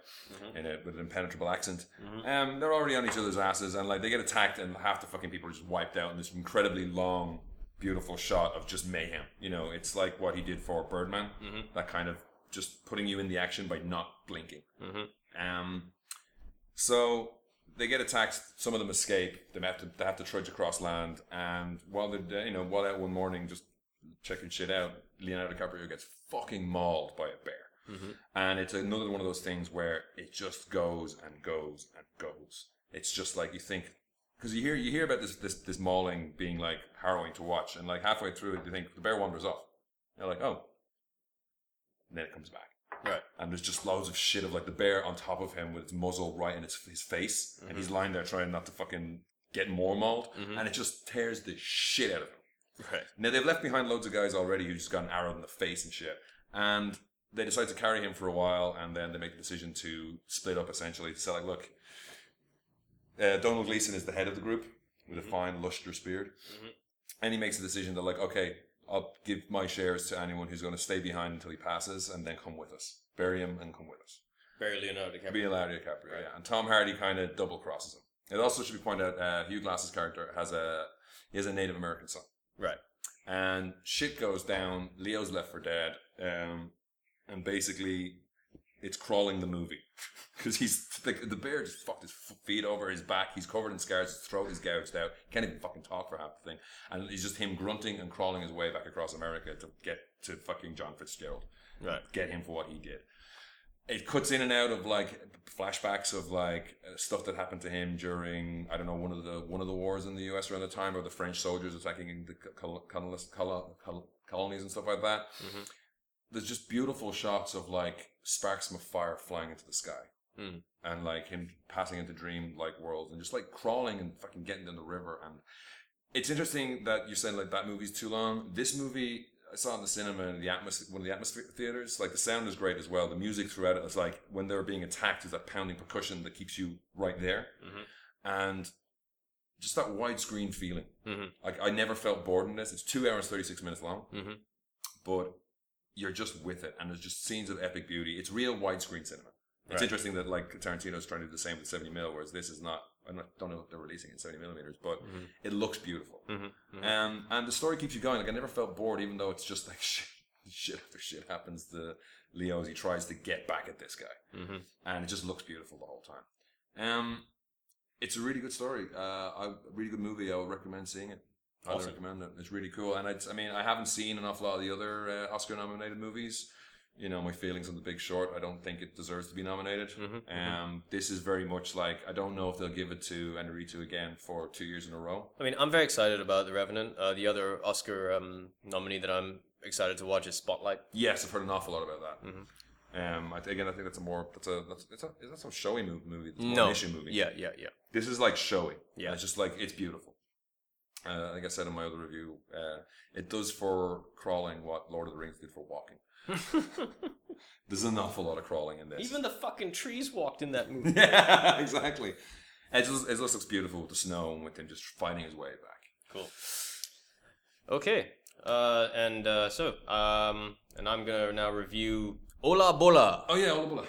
in a, with an impenetrable accent. Um, they're already on each other's asses, and like they get attacked, and half the fucking people are just wiped out in this incredibly long, beautiful shot of just mayhem. You know, it's like what he did for Birdman, that kind of just putting you in the action by not blinking. Mm-hmm. Um, so they get attacked. Some of them escape. They have to they have to trudge across land. And while they're you know while out one morning just checking shit out, Leonardo DiCaprio gets fucking mauled by a bear. And it's another one of those things where it just goes and goes and goes. It's just like you think because you hear you hear about this this this mauling being like harrowing to watch, and like halfway through it, you think the bear wanders off. You're like, oh, and then it comes back Right. and there's just loads of shit of like the bear on top of him with its muzzle right in its, his face, and he's lying there trying not to fucking get more mauled, and it just tears the shit out of him. Right. Now they've left behind loads of guys already who just got an arrow in the face and shit, and they decide to carry him for a while, and then they make the decision to split up essentially to say like, look, uh, Donald Gleason is the head of the group with a fine, lustrous beard, and he makes a decision that like, okay, I'll give my shares to anyone who's going to stay behind until he passes, and then come with us, bury him, and come with us. Barry Leonardo DiCaprio. Be Leonardo DiCaprio, yeah. And Tom Hardy kind of double crosses him. It also should be pointed out uh, Hugh Glass's character has a he has a Native American son Right. and shit goes down. Leo's left for dead, um, and basically it's crawling the movie because he's the, the bear just fucked his f- feet over his back. He's covered in scars. His throat is gouged out. Can't even fucking talk for half the thing, and it's just him grunting and crawling his way back across America to get to fucking John Fitzgerald Right. get him for what he did. it cuts in and out of like flashbacks of like uh, stuff that happened to him during I don't know one of the one of the wars in the U.S. around the time, or the French soldiers attacking the col- col- col- col- colonies and stuff like that. Mhm. There's just beautiful shots of like sparks from a fire flying into the sky. Mm. And like him passing into dream like worlds and just like crawling and fucking getting in the river and it's interesting that you're saying like that movie's too long. This movie I saw in the cinema in the atmos- one of the atmosphere theaters. Like the sound is great as well. The music throughout it is like when they're being attacked is that pounding percussion that keeps you right there, Mhm. and just that widescreen feeling. Mhm. Like I never felt bored in this. It's two hours thirty six minutes long, Mhm. but you're just with it, and there's just scenes of epic beauty. It's real widescreen cinema. It's Right. interesting that like Tarantino's trying to do the same with seventy mil, whereas this is not. I don't know if they're releasing it in seventy millimeters, but Mhm. it looks beautiful. Mhm. Mhm. Um, and the story keeps you going. Like I never felt bored, even though it's just like shit, shit after shit happens to Leo as he tries to get back at this guy, Mhm. and it just looks beautiful the whole time. Um, it's a really good story. Uh, I really good movie. I would recommend seeing it. I would Awesome. recommend it. It's really cool. And it's, I mean, I haven't seen an awful lot of the other uh, Oscar-nominated movies. You know, my feelings on The Big Short. I don't think it deserves to be nominated. Mhm. Um, this is very much like I don't know if they'll give it to Enrico again for two years in a row. I mean, I'm very excited about The Revenant. Uh, the other Oscar um, nominee that I'm excited to watch is Spotlight. Yes, I've heard an awful lot about that. Mhm. Um, I, th- again, I think that's a more that's a that's it's a, is that some showy mo- movie? That's more No. an issue movie. Yeah, yeah, yeah. this is like showy. Yeah. And it's just like it's beautiful. Uh, like I said in my other review, uh, it does for crawling what Lord of the Rings did for walking. There's an awful lot of crawling in this. Even the fucking trees walked in that movie. yeah, exactly. It just, it just looks beautiful with the snow and with him just finding his way back. Cool. Okay. Uh, and uh, so, um, and I'm gonna now review Ola Bola. Oh yeah, all the bullet.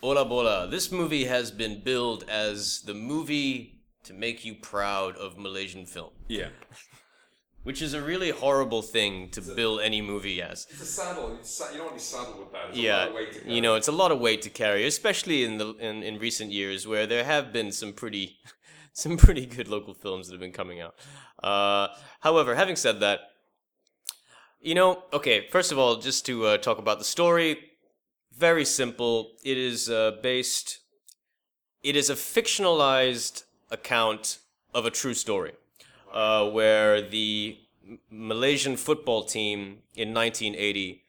Ola Bola. This movie has been billed as the movie to make you proud of Malaysian film, Yeah, which is a really horrible thing to bill any movie as. it's a saddle. It's sa- you don't want to be saddled with that. It's yeah, a lot of weight to you carry. know, it's a lot of weight to carry, especially in the in, in recent years where there have been some pretty some pretty good local films that have been coming out. Uh, however, having said that, you know, okay, first of all, just to uh, talk about the story, very simple. It is uh, based. It is a fictionalized account of a true story, uh, where the M- Malaysian football team in 1980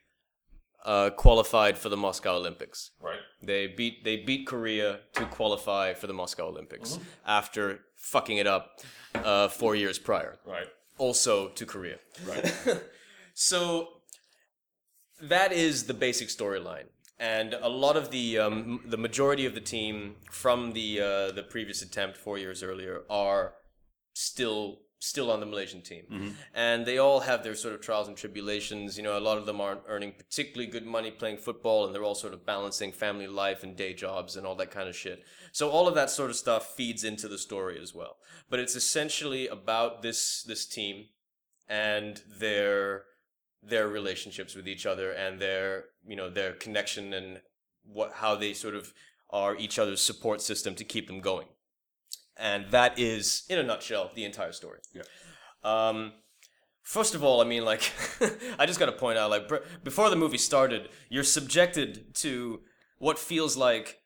uh, qualified for the Moscow Olympics. right? They beat they beat Korea to qualify for the Moscow Olympics after fucking it up uh, four years prior, Right. also to Korea. Right. So that is the basic storyline, and a lot of the um, the majority of the team from the uh, the previous attempt four years earlier are still still on the Malaysian team, and they all have their sort of trials and tribulations. You know, a lot of them aren't earning particularly good money playing football, and they're all sort of balancing family life and day jobs and all that kind of shit. So all of that sort of stuff feeds into the story as well. But it's essentially about this this team and their their relationships with each other and their you know their connection and what how they sort of are each other's support system to keep them going and that is in a nutshell the entire story Yeah. um First of all, I mean, like, I just got to point out, like, br- before the movie started, you're subjected to what feels like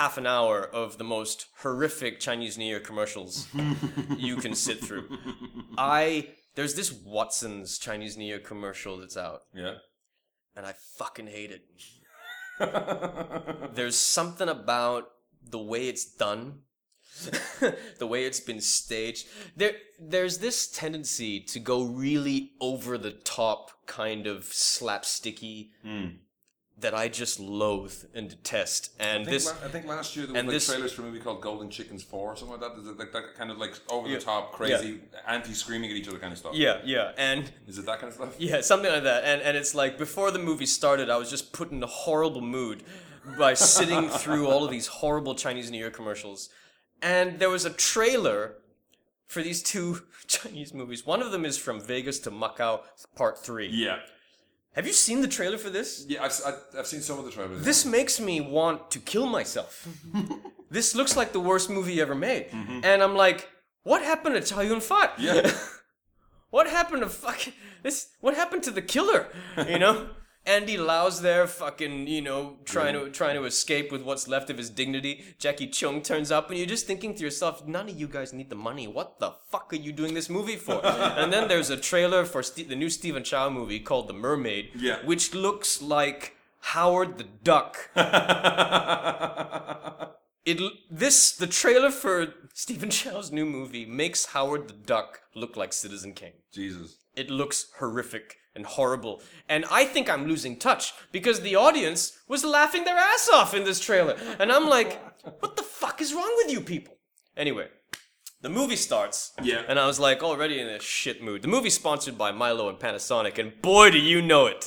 half an hour of the most horrific Chinese New Year commercials you can sit through. I there's this Watson's Chinese New Year commercial that's out, yeah. and I fucking hate it. yeah. There's something about the way it's done, the way it's been staged. There, there's this tendency to go really over the top, kind of slapsticky, that I just loathe and detest. And I think, this, la- I think last year there was and like this- trailers for a movie called Golden Chickens Four or something like that. There's like that kind of like over the top, crazy, anti screaming at each other kind of stuff. yeah, yeah, and Is it that kind of stuff? Yeah, something like that. And and it's like before the movie started, I was just put in a horrible mood by sitting through all of these horrible Chinese New Year commercials. And there was a trailer for these two Chinese movies. One of them is from Vegas to Macau Part 3. Yeah. Have you seen the trailer for this? Yeah, I've, s- I've, I've seen some of the trailers. This makes me want to kill myself. this looks like the worst movie ever made. And I'm like, what happened to Chow Yun-fat? Mm-hmm. Yeah. what happened to fucking this what happened to the killer you know Andy Lau's there, fucking, you know, trying to trying to escape with what's left of his dignity. Jackie Chung turns up, and you're just thinking to yourself, none of you guys need the money. What the fuck are you doing this movie for? and then there's a trailer for Ste the new Stephen Chow movie called The Mermaid, Yeah. which looks like Howard the Duck. It l- this the trailer for Stephen Chow's new movie makes Howard the Duck look like Citizen Kane. Jesus. It looks horrific and horrible. And I think I'm losing touch because the audience was laughing their ass off in this trailer. And I'm like, what the fuck is wrong with you people? Anyway, the movie starts. Yeah. And I was like, already in a shit mood. The movie's sponsored by Milo and Panasonic, and boy, do you know it.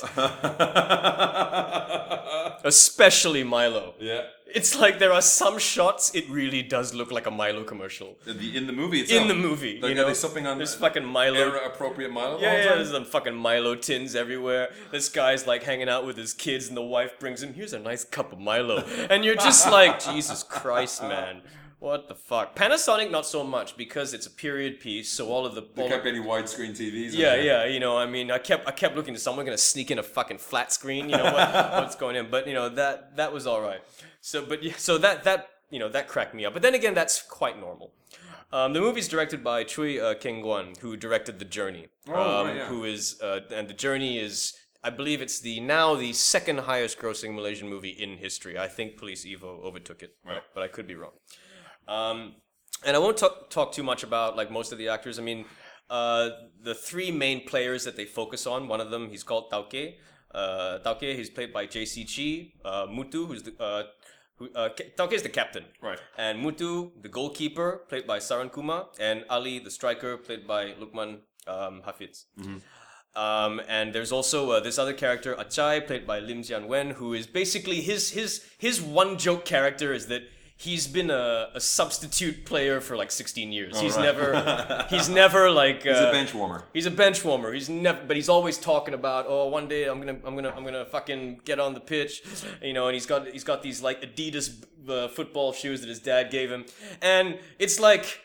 Especially Milo. yeah. It's like there are some shots, it really does look like a Milo commercial. The, in the movie itself. In the movie, Like, you are know, they something on there's the fucking Milo Era appropriate model. Yeah, yeah, there's some fucking Milo tins everywhere. This guy's like hanging out with his kids, and the wife brings him, here's a nice cup of Milo. And you're just like, Jesus Christ, man. What the fuck? Panasonic, not so much because it's a period piece, so all of the. They all kept of, any widescreen TVs. in yeah, there. yeah, you know, I mean, I kept, I kept looking to someone gonna sneak in a fucking flat screen, you know, what, what's going in, but you know that that was all right. So, but yeah, so that that you know that cracked me up. But then again, that's quite normal. Um, the movie's directed by Chui uh, King Guan, who directed The Journey, oh, um, right, yeah. who is uh, and The Journey is. I believe it's the now the second highest grossing Malaysian movie in history. I think Police Evo overtook it, Right. but I could be wrong. Um, and I won't talk, talk too much about like most of the actors. I mean, uh, the three main players that they focus on. One of them, he's called Tauke. Uh, Tauke, he's played by J.C. Chi. Uh, Mutu, who's the uh, who, uh, Ke- Tauke is the captain. Right. And Mutu, the goalkeeper, played by Saran Kuma, and Ali, the striker, played by Lukman um, Hafiz. Um, and there's also uh, this other character, Achai, played by Lim Jian Wen, who is basically his his his one joke character is that he's been a, a substitute player for like 16 years. he's right. never he's never like uh, He's a bench warmer. He's a bench warmer. He's never, but he's always talking about, oh, one day I'm gonna, I'm gonna, I'm gonna fucking get on the pitch, you know. And he's got, he's got these like Adidas uh, football shoes that his dad gave him, and it's like,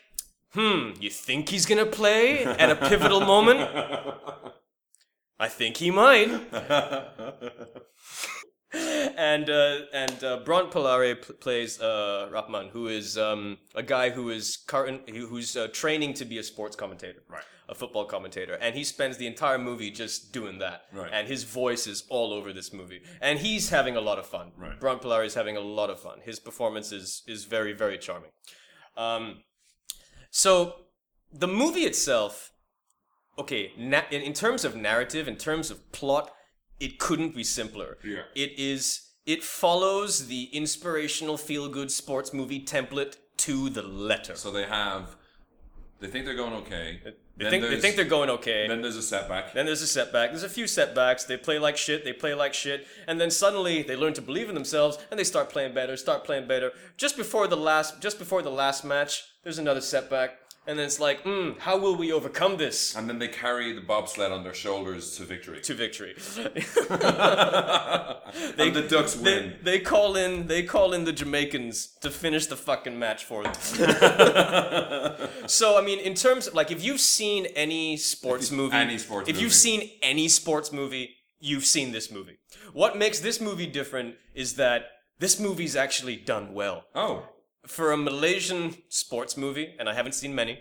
hmm, you think he's gonna play at a pivotal moment? I think he might. and uh, and uh, Brant Polare pl- plays uh, Rahman, who is um, a guy who is current, who- who's uh, training to be a sports commentator, Right. A football commentator, and he spends the entire movie just doing that. Right. And his voice is all over this movie, and he's having a lot of fun. Right. Brant Polare is having a lot of fun. His performance is is very very charming. Um, so the movie itself okay na- in, in terms of narrative in terms of plot it couldn't be simpler Yeah. it is it follows the inspirational feel good sports movie template to the letter So they have. They think they're going okay. they think, they think they're going okay Then there's a setback. then there's a setback. There's a few setbacks. They play like shit. They play like shit. And then suddenly they learn to believe in themselves and they start playing better, start playing better. Just before the last just before the last match, there's another setback. And then it's like, hmm, how will we overcome this? and then they carry the bobsled on their shoulders to victory. to victory. and the Ducks they, win. they call in they call in the Jamaicans to finish the fucking match for them. so I mean, in terms of, like if you've seen any sports If you- movie, any sports if you've movie. seen any sports movie, you've seen this movie. What makes this movie different is that this movie's actually done well oh, for a Malaysian sports movie, and I haven't seen many.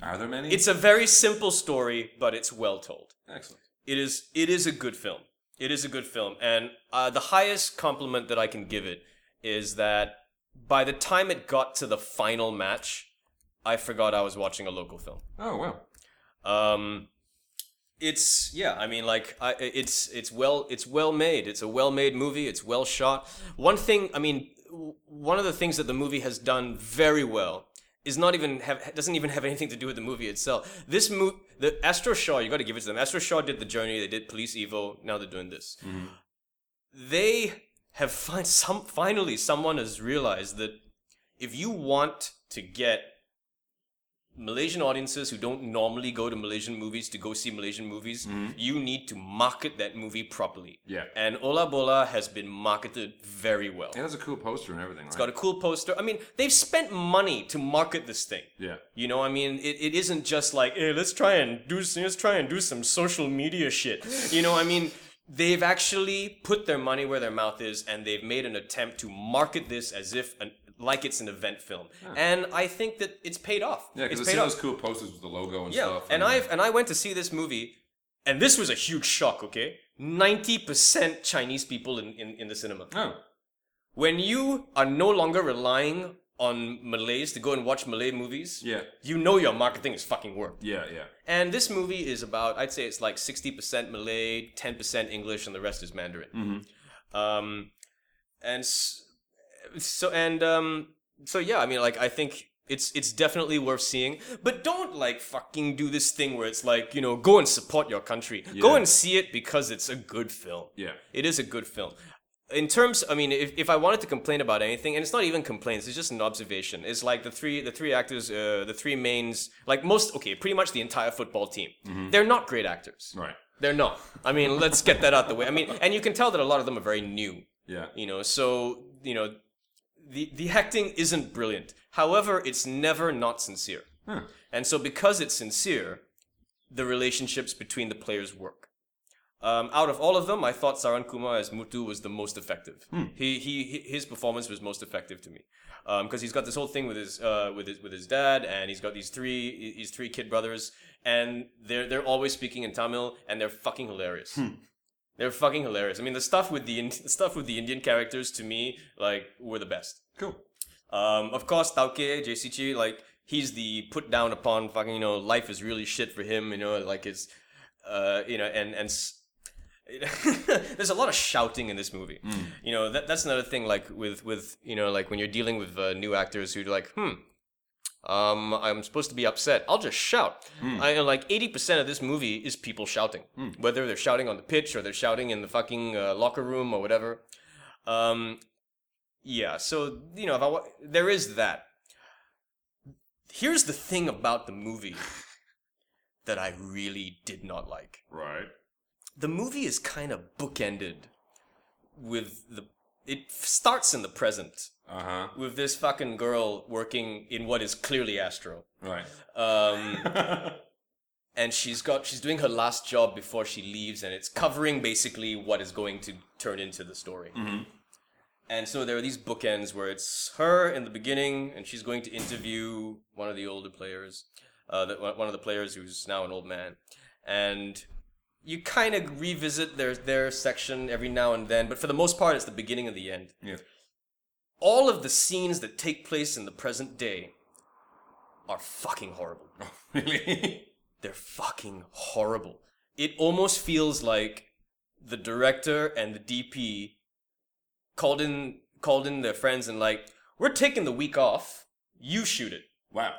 are there many? It's a very simple story, but it's well told excellent. it is it is a good film. It is a good film, and uh, the highest compliment that I can give it is that by the time it got to the final match, I forgot I was watching a local film. Oh wow. Um, it's yeah, I mean, like I, it's it's well it's well made. It's a well made movie. It's well shot. One thing, I mean, w- one of the things that the movie has done very well is not even have doesn't even have anything to do with the movie itself. This movie, the Astro Shaw, you got to give it to them. Astro Shaw did the journey. They did Police Evo. Now they're doing this. They have fin- some finally someone has realized that if you want to get Malaysian audiences who don't normally go to Malaysian movies to go see Malaysian movies, you need to market that movie properly. Mm-hmm. Yeah. And Ola Bola has been marketed very well. It has a cool poster and everything, right? It's got a cool poster. I mean, they've spent money to market this thing. yeah. You know, I mean, it, it isn't just like, hey, let's try and do s- let's try and do some social media shit. You know, I mean, they've actually put their money where their mouth is, and they've made an attempt to market this as if an, like it's an event film, and I think that it's paid off. Yeah, because it's I've paid seen off. those cool posters with the logo and uh, Yeah, stuff. and I've and I went to see this movie, and this was a huge shock. Okay, ninety percent Chinese people in, in in the cinema. Oh, When you are no longer relying on Malays to go and watch Malay movies, yeah, you know your marketing is fucking worked. yeah, yeah. And this movie is about, I'd say it's like sixty percent Malay, ten percent English, and the rest is Mandarin. Um, and s- so and um, so yeah, I mean, like I think it's it's definitely worth seeing, but don't like fucking do this thing where it's like you know go and support your country, go Yeah. and see it because it's a good film. Yeah. It is a good film. In terms, I mean, if, if I wanted to complain about anything, and it's not even complaints, it's just an observation. It's like the three the three actors, uh, the three mains, like most, okay, pretty much the entire football team. They're not great actors. Right. They're not. I mean, let's get that out the way. I mean, and you can tell that a lot of them are very new. Yeah. You know, so you know, the the acting isn't brilliant. However, it's never not sincere. Huh. And so, because it's sincere, the relationships between the players work. Um, out of all of them, I thought Saran Kumar as Mutu was the most effective. He, he he- his performance was most effective to me, because he's got this whole thing with his uh, with his with his dad, and he's got these three his three kid brothers, and they're they're always speaking in Tamil, and they're fucking hilarious. They're fucking hilarious. I mean, the stuff with the Ind- stuff with the Indian characters to me like were the best. Cool. Um, of course, Tauke JCG, like he's the put down upon fucking. You know, life is really shit for him. You know, like it's, uh, you know, and and s- there's a lot of shouting in this movie. You know, that that's another thing. Like with with you know, like when you're dealing with uh, new actors who are like, hmm. Um, I'm supposed to be upset. I'll just shout. I like 80% of this movie is people shouting, whether they're shouting on the pitch or they're shouting in the fucking uh, locker room or whatever. Um, yeah, so you know, if I wa- there is that. Here's the thing about the movie that I really did not like. Right. The movie is kind of bookended with the it f- starts in the present Uh huh. with this fucking girl working in what is clearly Astro. Right. Um and she's got she's doing her last job before she leaves and it's covering basically what is going to turn into the story and so there are these bookends where it's her in the beginning and she's going to interview one of the older players uh, the, one one of the players who's now an old man and you kind of revisit their their section every now and then but for the most part it's the beginning and the end yeah. all of the scenes that take place in the present day are fucking horrible really? they're fucking horrible. It almost feels like the director and the DP called in called in their friends and like, we're taking the week off. You shoot it. Wow.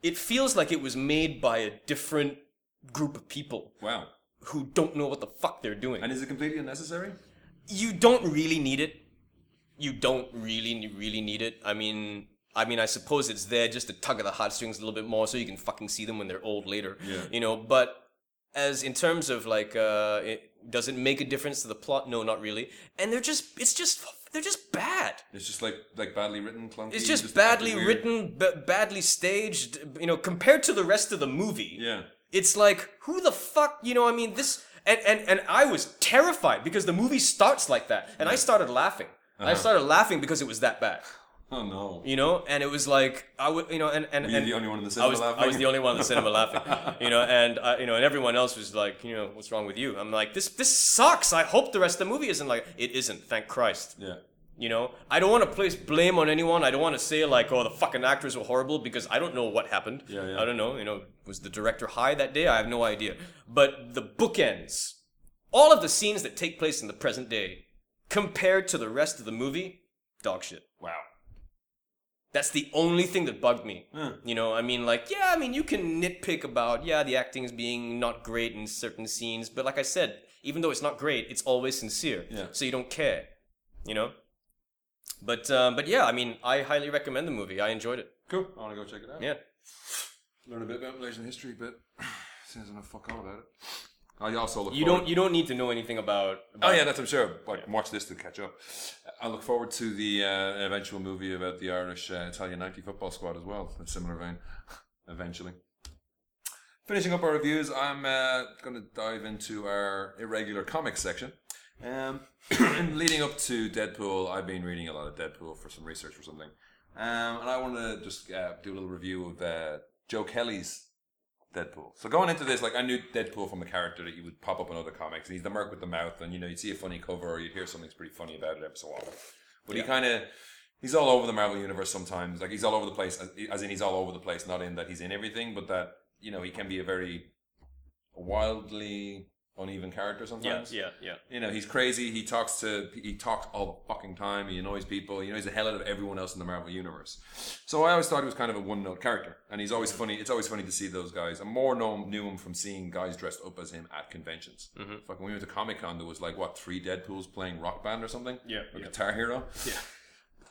It feels like it was made by a different group of people Wow. who don't know what the fuck they're doing. And is it completely unnecessary? you don't really need it. You don't really really need it. I mean, I mean, I suppose it's there just to tug at the heartstrings a little bit more, so you can fucking see them when they're old later. Yeah. You know, but as in terms of like, uh, it, does it make a difference to the plot? No, not really. And they're just, it's just, they're just bad. It's just like like badly written, clunky. It's just acted badly weird. written, b- badly staged. You know, compared to the rest of the movie Yeah. it's like who the fuck you know i mean this and and, and i was terrified because the movie starts like that and i started laughing Uh-huh. i started laughing because it was that bad Oh no. you know and it was like i would you know and and, Were you and the only one in the I cinema was, laughing? I was the only one in the cinema laughing, you know, and I, you know, and everyone else was like, you know, what's wrong with you? I'm like, this, this sucks. I hope the rest of the movie isn't like it isn't. Thank Christ, Yeah. you know. I don't want to place blame on anyone. I don't want to say like, oh, the fucking actors were horrible because I don't know what happened. Yeah, yeah. I don't know. You know, was the director high that day? I have no idea. But the bookends, all of the scenes that take place in the present day, compared to the rest of the movie, dog shit. Wow. That's the only thing that bugged me. Huh. You know, I mean, like, yeah, I mean, you can nitpick about, yeah, the acting is being not great in certain scenes, but like I said, even though it's not great, it's always sincere. Yeah. So you don't care, you know? But, um, but yeah, I mean, I highly recommend the movie. I enjoyed it. Cool. I want to go check it out. Yeah. Learn a bit about Malaysian history, but since I know fuck all about it. I also look You forward- don't, you don't need to know anything about, Oh about yeah, that's I'm sure. Like watch this to catch up. I look forward to the uh, eventual movie about the Irish uh, Italian 90 football squad as well, in a similar vein. Eventually. Finishing up our reviews, I'm uh, going to dive into our irregular comics section. Um, and leading up to Deadpool, I've been reading a lot of Deadpool for some research or something. Um, and I want to just uh, do a little review of uh, Joe Kelly's Deadpool. So going into this, like I knew Deadpool from a character that you would pop up in other comics, and he's the merc with the mouth, and you know you'd see a funny cover or you'd hear something's pretty funny about it every so often. But he kind of he's all over the Marvel universe sometimes. Like he's all over the place, as, as in he's all over the place. Not in that he's in everything, but that you know he can be a very wildly uneven character Yeah, sometimes. yeah, yeah. You know, he's crazy. He talks to he talks all the fucking time. He annoys people. He annoys the hell out of everyone else in the Marvel universe. So I always thought he was kind of a one note character, and he's always funny. It's always funny to see those guys. I more know, knew him from seeing guys dressed up as him at conventions. Mhm. Fucking, when we went to Comic Con, there was like what three Deadpool's playing Rock Band or something. Yeah, or yeah. Guitar Hero. Yeah.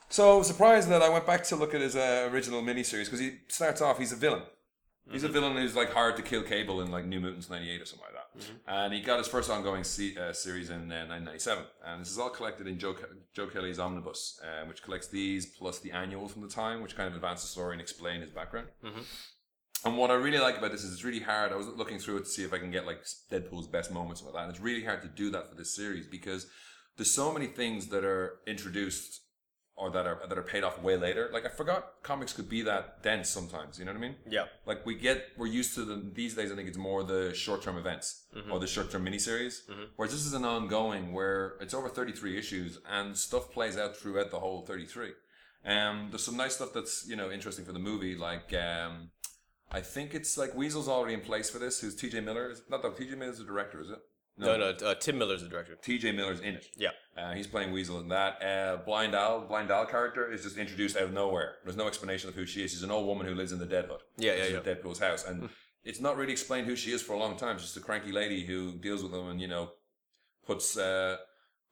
So surprised that I went back to look at his uh, original miniseries because he starts off he's a villain. He's a villain who's like hired to kill Cable in like New Mutants '98 or something like that, and he got his first ongoing se- uh, series in uh, 1997, and this is all collected in Joe, Ke- Joe Kelly's Omnibus, uh, which collects these plus the annual from the time, which kind of advance the story and explain his background. And what I really like about this is it's really hard. I was looking through it to see if I can get like Deadpool's best moments and all that. And it's really hard to do that for this series because there's so many things that are introduced or that are that are paid off way later. Like I forgot comics could be that dense sometimes. You know what I mean? Yeah. Like we get we're used to them these days. I think it's more the short term events Mm-hmm. or the short term miniseries. Whereas this is an ongoing where it's over 33 issues and stuff plays out throughout the whole 33. Um, there's some nice stuff that's you know interesting for the movie, like um, I think it's like Weasel's already in place for this. Who's TJ Miller? Is not that TJ Miller's the director, is it? No, no. Uh, Tim Miller's the director. TJ Miller's in it. Yeah. Uh, he's playing Weasel in that. Uh, Blind Owl, the Blind Owl character is just introduced out of nowhere. There's no explanation of who she is. She's an old woman who lives in the Dead Hut. Yeah, yeah, Hmm. which is Deadpool's house, and it's not really explained who she is for a long time. She's just a cranky lady who deals with him and you know puts uh,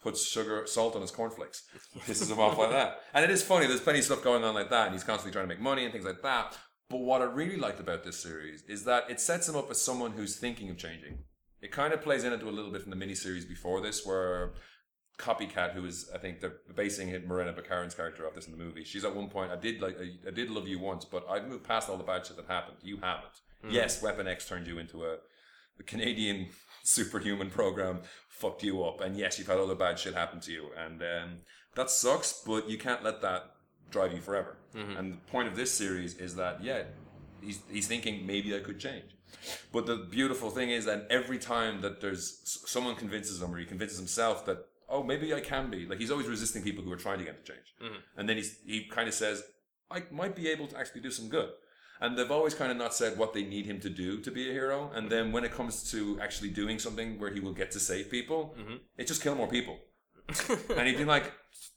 puts sugar salt on his cornflakes. Pisses him off like that. And it is funny. There's plenty of stuff going on like that, and he's constantly trying to make money and things like that. But what I really liked about this series is that it sets him up as someone who's thinking of changing. It kind of plays into a little bit from the miniseries before this, where copycat who is I think they're basing it Marina Bakarin's character off this in the movie. She's at one point I did like I, I did love you once, but I've moved past all the bad shit that happened. You haven't. Yes, Weapon X turned you into a, a Canadian superhuman program, fucked you up, and yes, you've had other bad shit happen to you, and um, that sucks. But you can't let that drive you forever. And the point of this series is that yeah, he's he's thinking maybe I could change. But the beautiful thing is that every time that there's s- someone convinces him or he convinces himself that oh maybe I can be like he's always resisting people who are trying to get him to change, and then he's he kind of says I might be able to actually do some good. And they've always kind of not said what they need him to do to be a hero. And then when it comes to actually doing something where he will get to save people, it just kill more people. and he'd been like,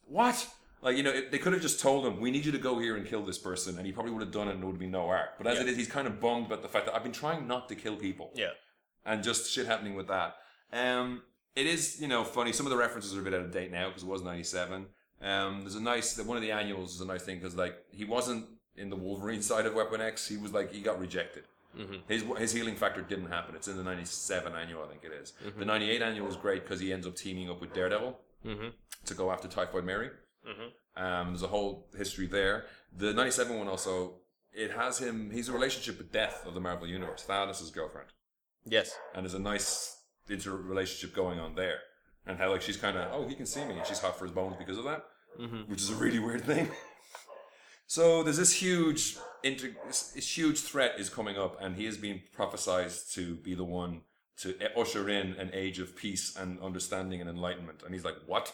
"What?" Like you know, it, they could have just told him, "We need you to go here and kill this person," and he probably would have done it, and there would be no arc. But as Yeah. it is, he's kind of bummed about the fact that I've been trying not to kill people, Yeah. and just shit happening with that. Um, it is you know funny. Some of the references are a bit out of date now because it was '97. Um, there's a nice one of the annuals is a nice thing because like he wasn't in the Wolverine side of Weapon X. He was like he got rejected. His, his healing factor didn't happen. It's in the 97 annual, I think it is. The 98 annual is great because he ends up teaming up with Daredevil to go after Typhoid Mary. Um, there's a whole history there. The 97 one also, it has him, he's a relationship with Death of the Marvel Universe, Thanos' girlfriend. Yes. And there's a nice interrelationship going on there. And how, like, she's kind of, oh, he can see me. And she's hot for his bones because of that, which is a really weird thing. so there's this huge, inter- this, this huge threat is coming up, and he is being prophesized to be the one to e-, usher in an age of peace and understanding and enlightenment. And he's like, what?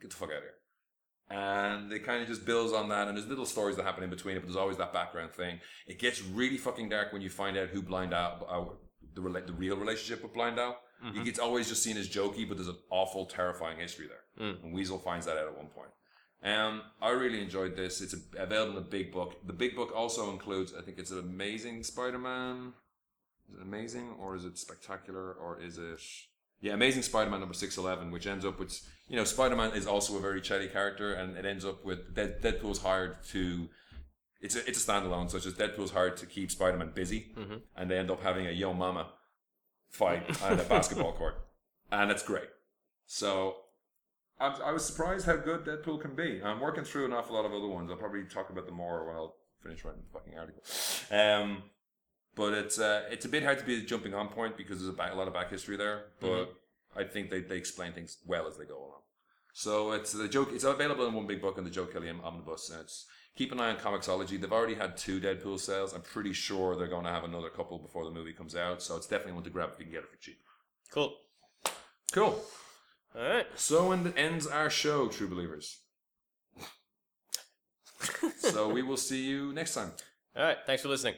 Get the fuck out of here and it kind of just builds on that. And there's little stories that happen in between it, but there's always that background thing. It gets really fucking dark when you find out who Blind Owl, Owl- the rela- the real relationship with Blind Owl. He Mm-hmm. gets always just seen as jokey, but there's an awful, terrifying history there. And Weasel finds that out at one point. Um, I really enjoyed this. It's available in the big book. The big book also includes, I think, it's an amazing Spider-Man. Is it amazing or is it spectacular or is it yeah amazing spider-man number 611 which ends up with you know spider-man is also a very chatty character and it ends up with Dead, deadpool's hired to it's a, it's a standalone so it's just deadpool's hired to keep spider-man busy and they end up having a yo mama fight on a basketball court and it's great so I, I was surprised how good deadpool can be i'm working through an awful lot of other ones i'll probably talk about them more when i'll finish writing the fucking article um but it's uh, it's a bit hard to be a jumping on point because there's a, back, a lot of back history there. But I think they, they explain things well as they go along. So it's the joke. It's available in one big book in the Joe Kelly omnibus, and it's keep an eye on Comixology. They've already had two Deadpool sales. I'm pretty sure they're going to have another couple before the movie comes out. So it's definitely one to grab if you can get it for cheap. Cool. Cool. All right. So end, ends our show, true believers. so we will see you next time. All right. Thanks for listening.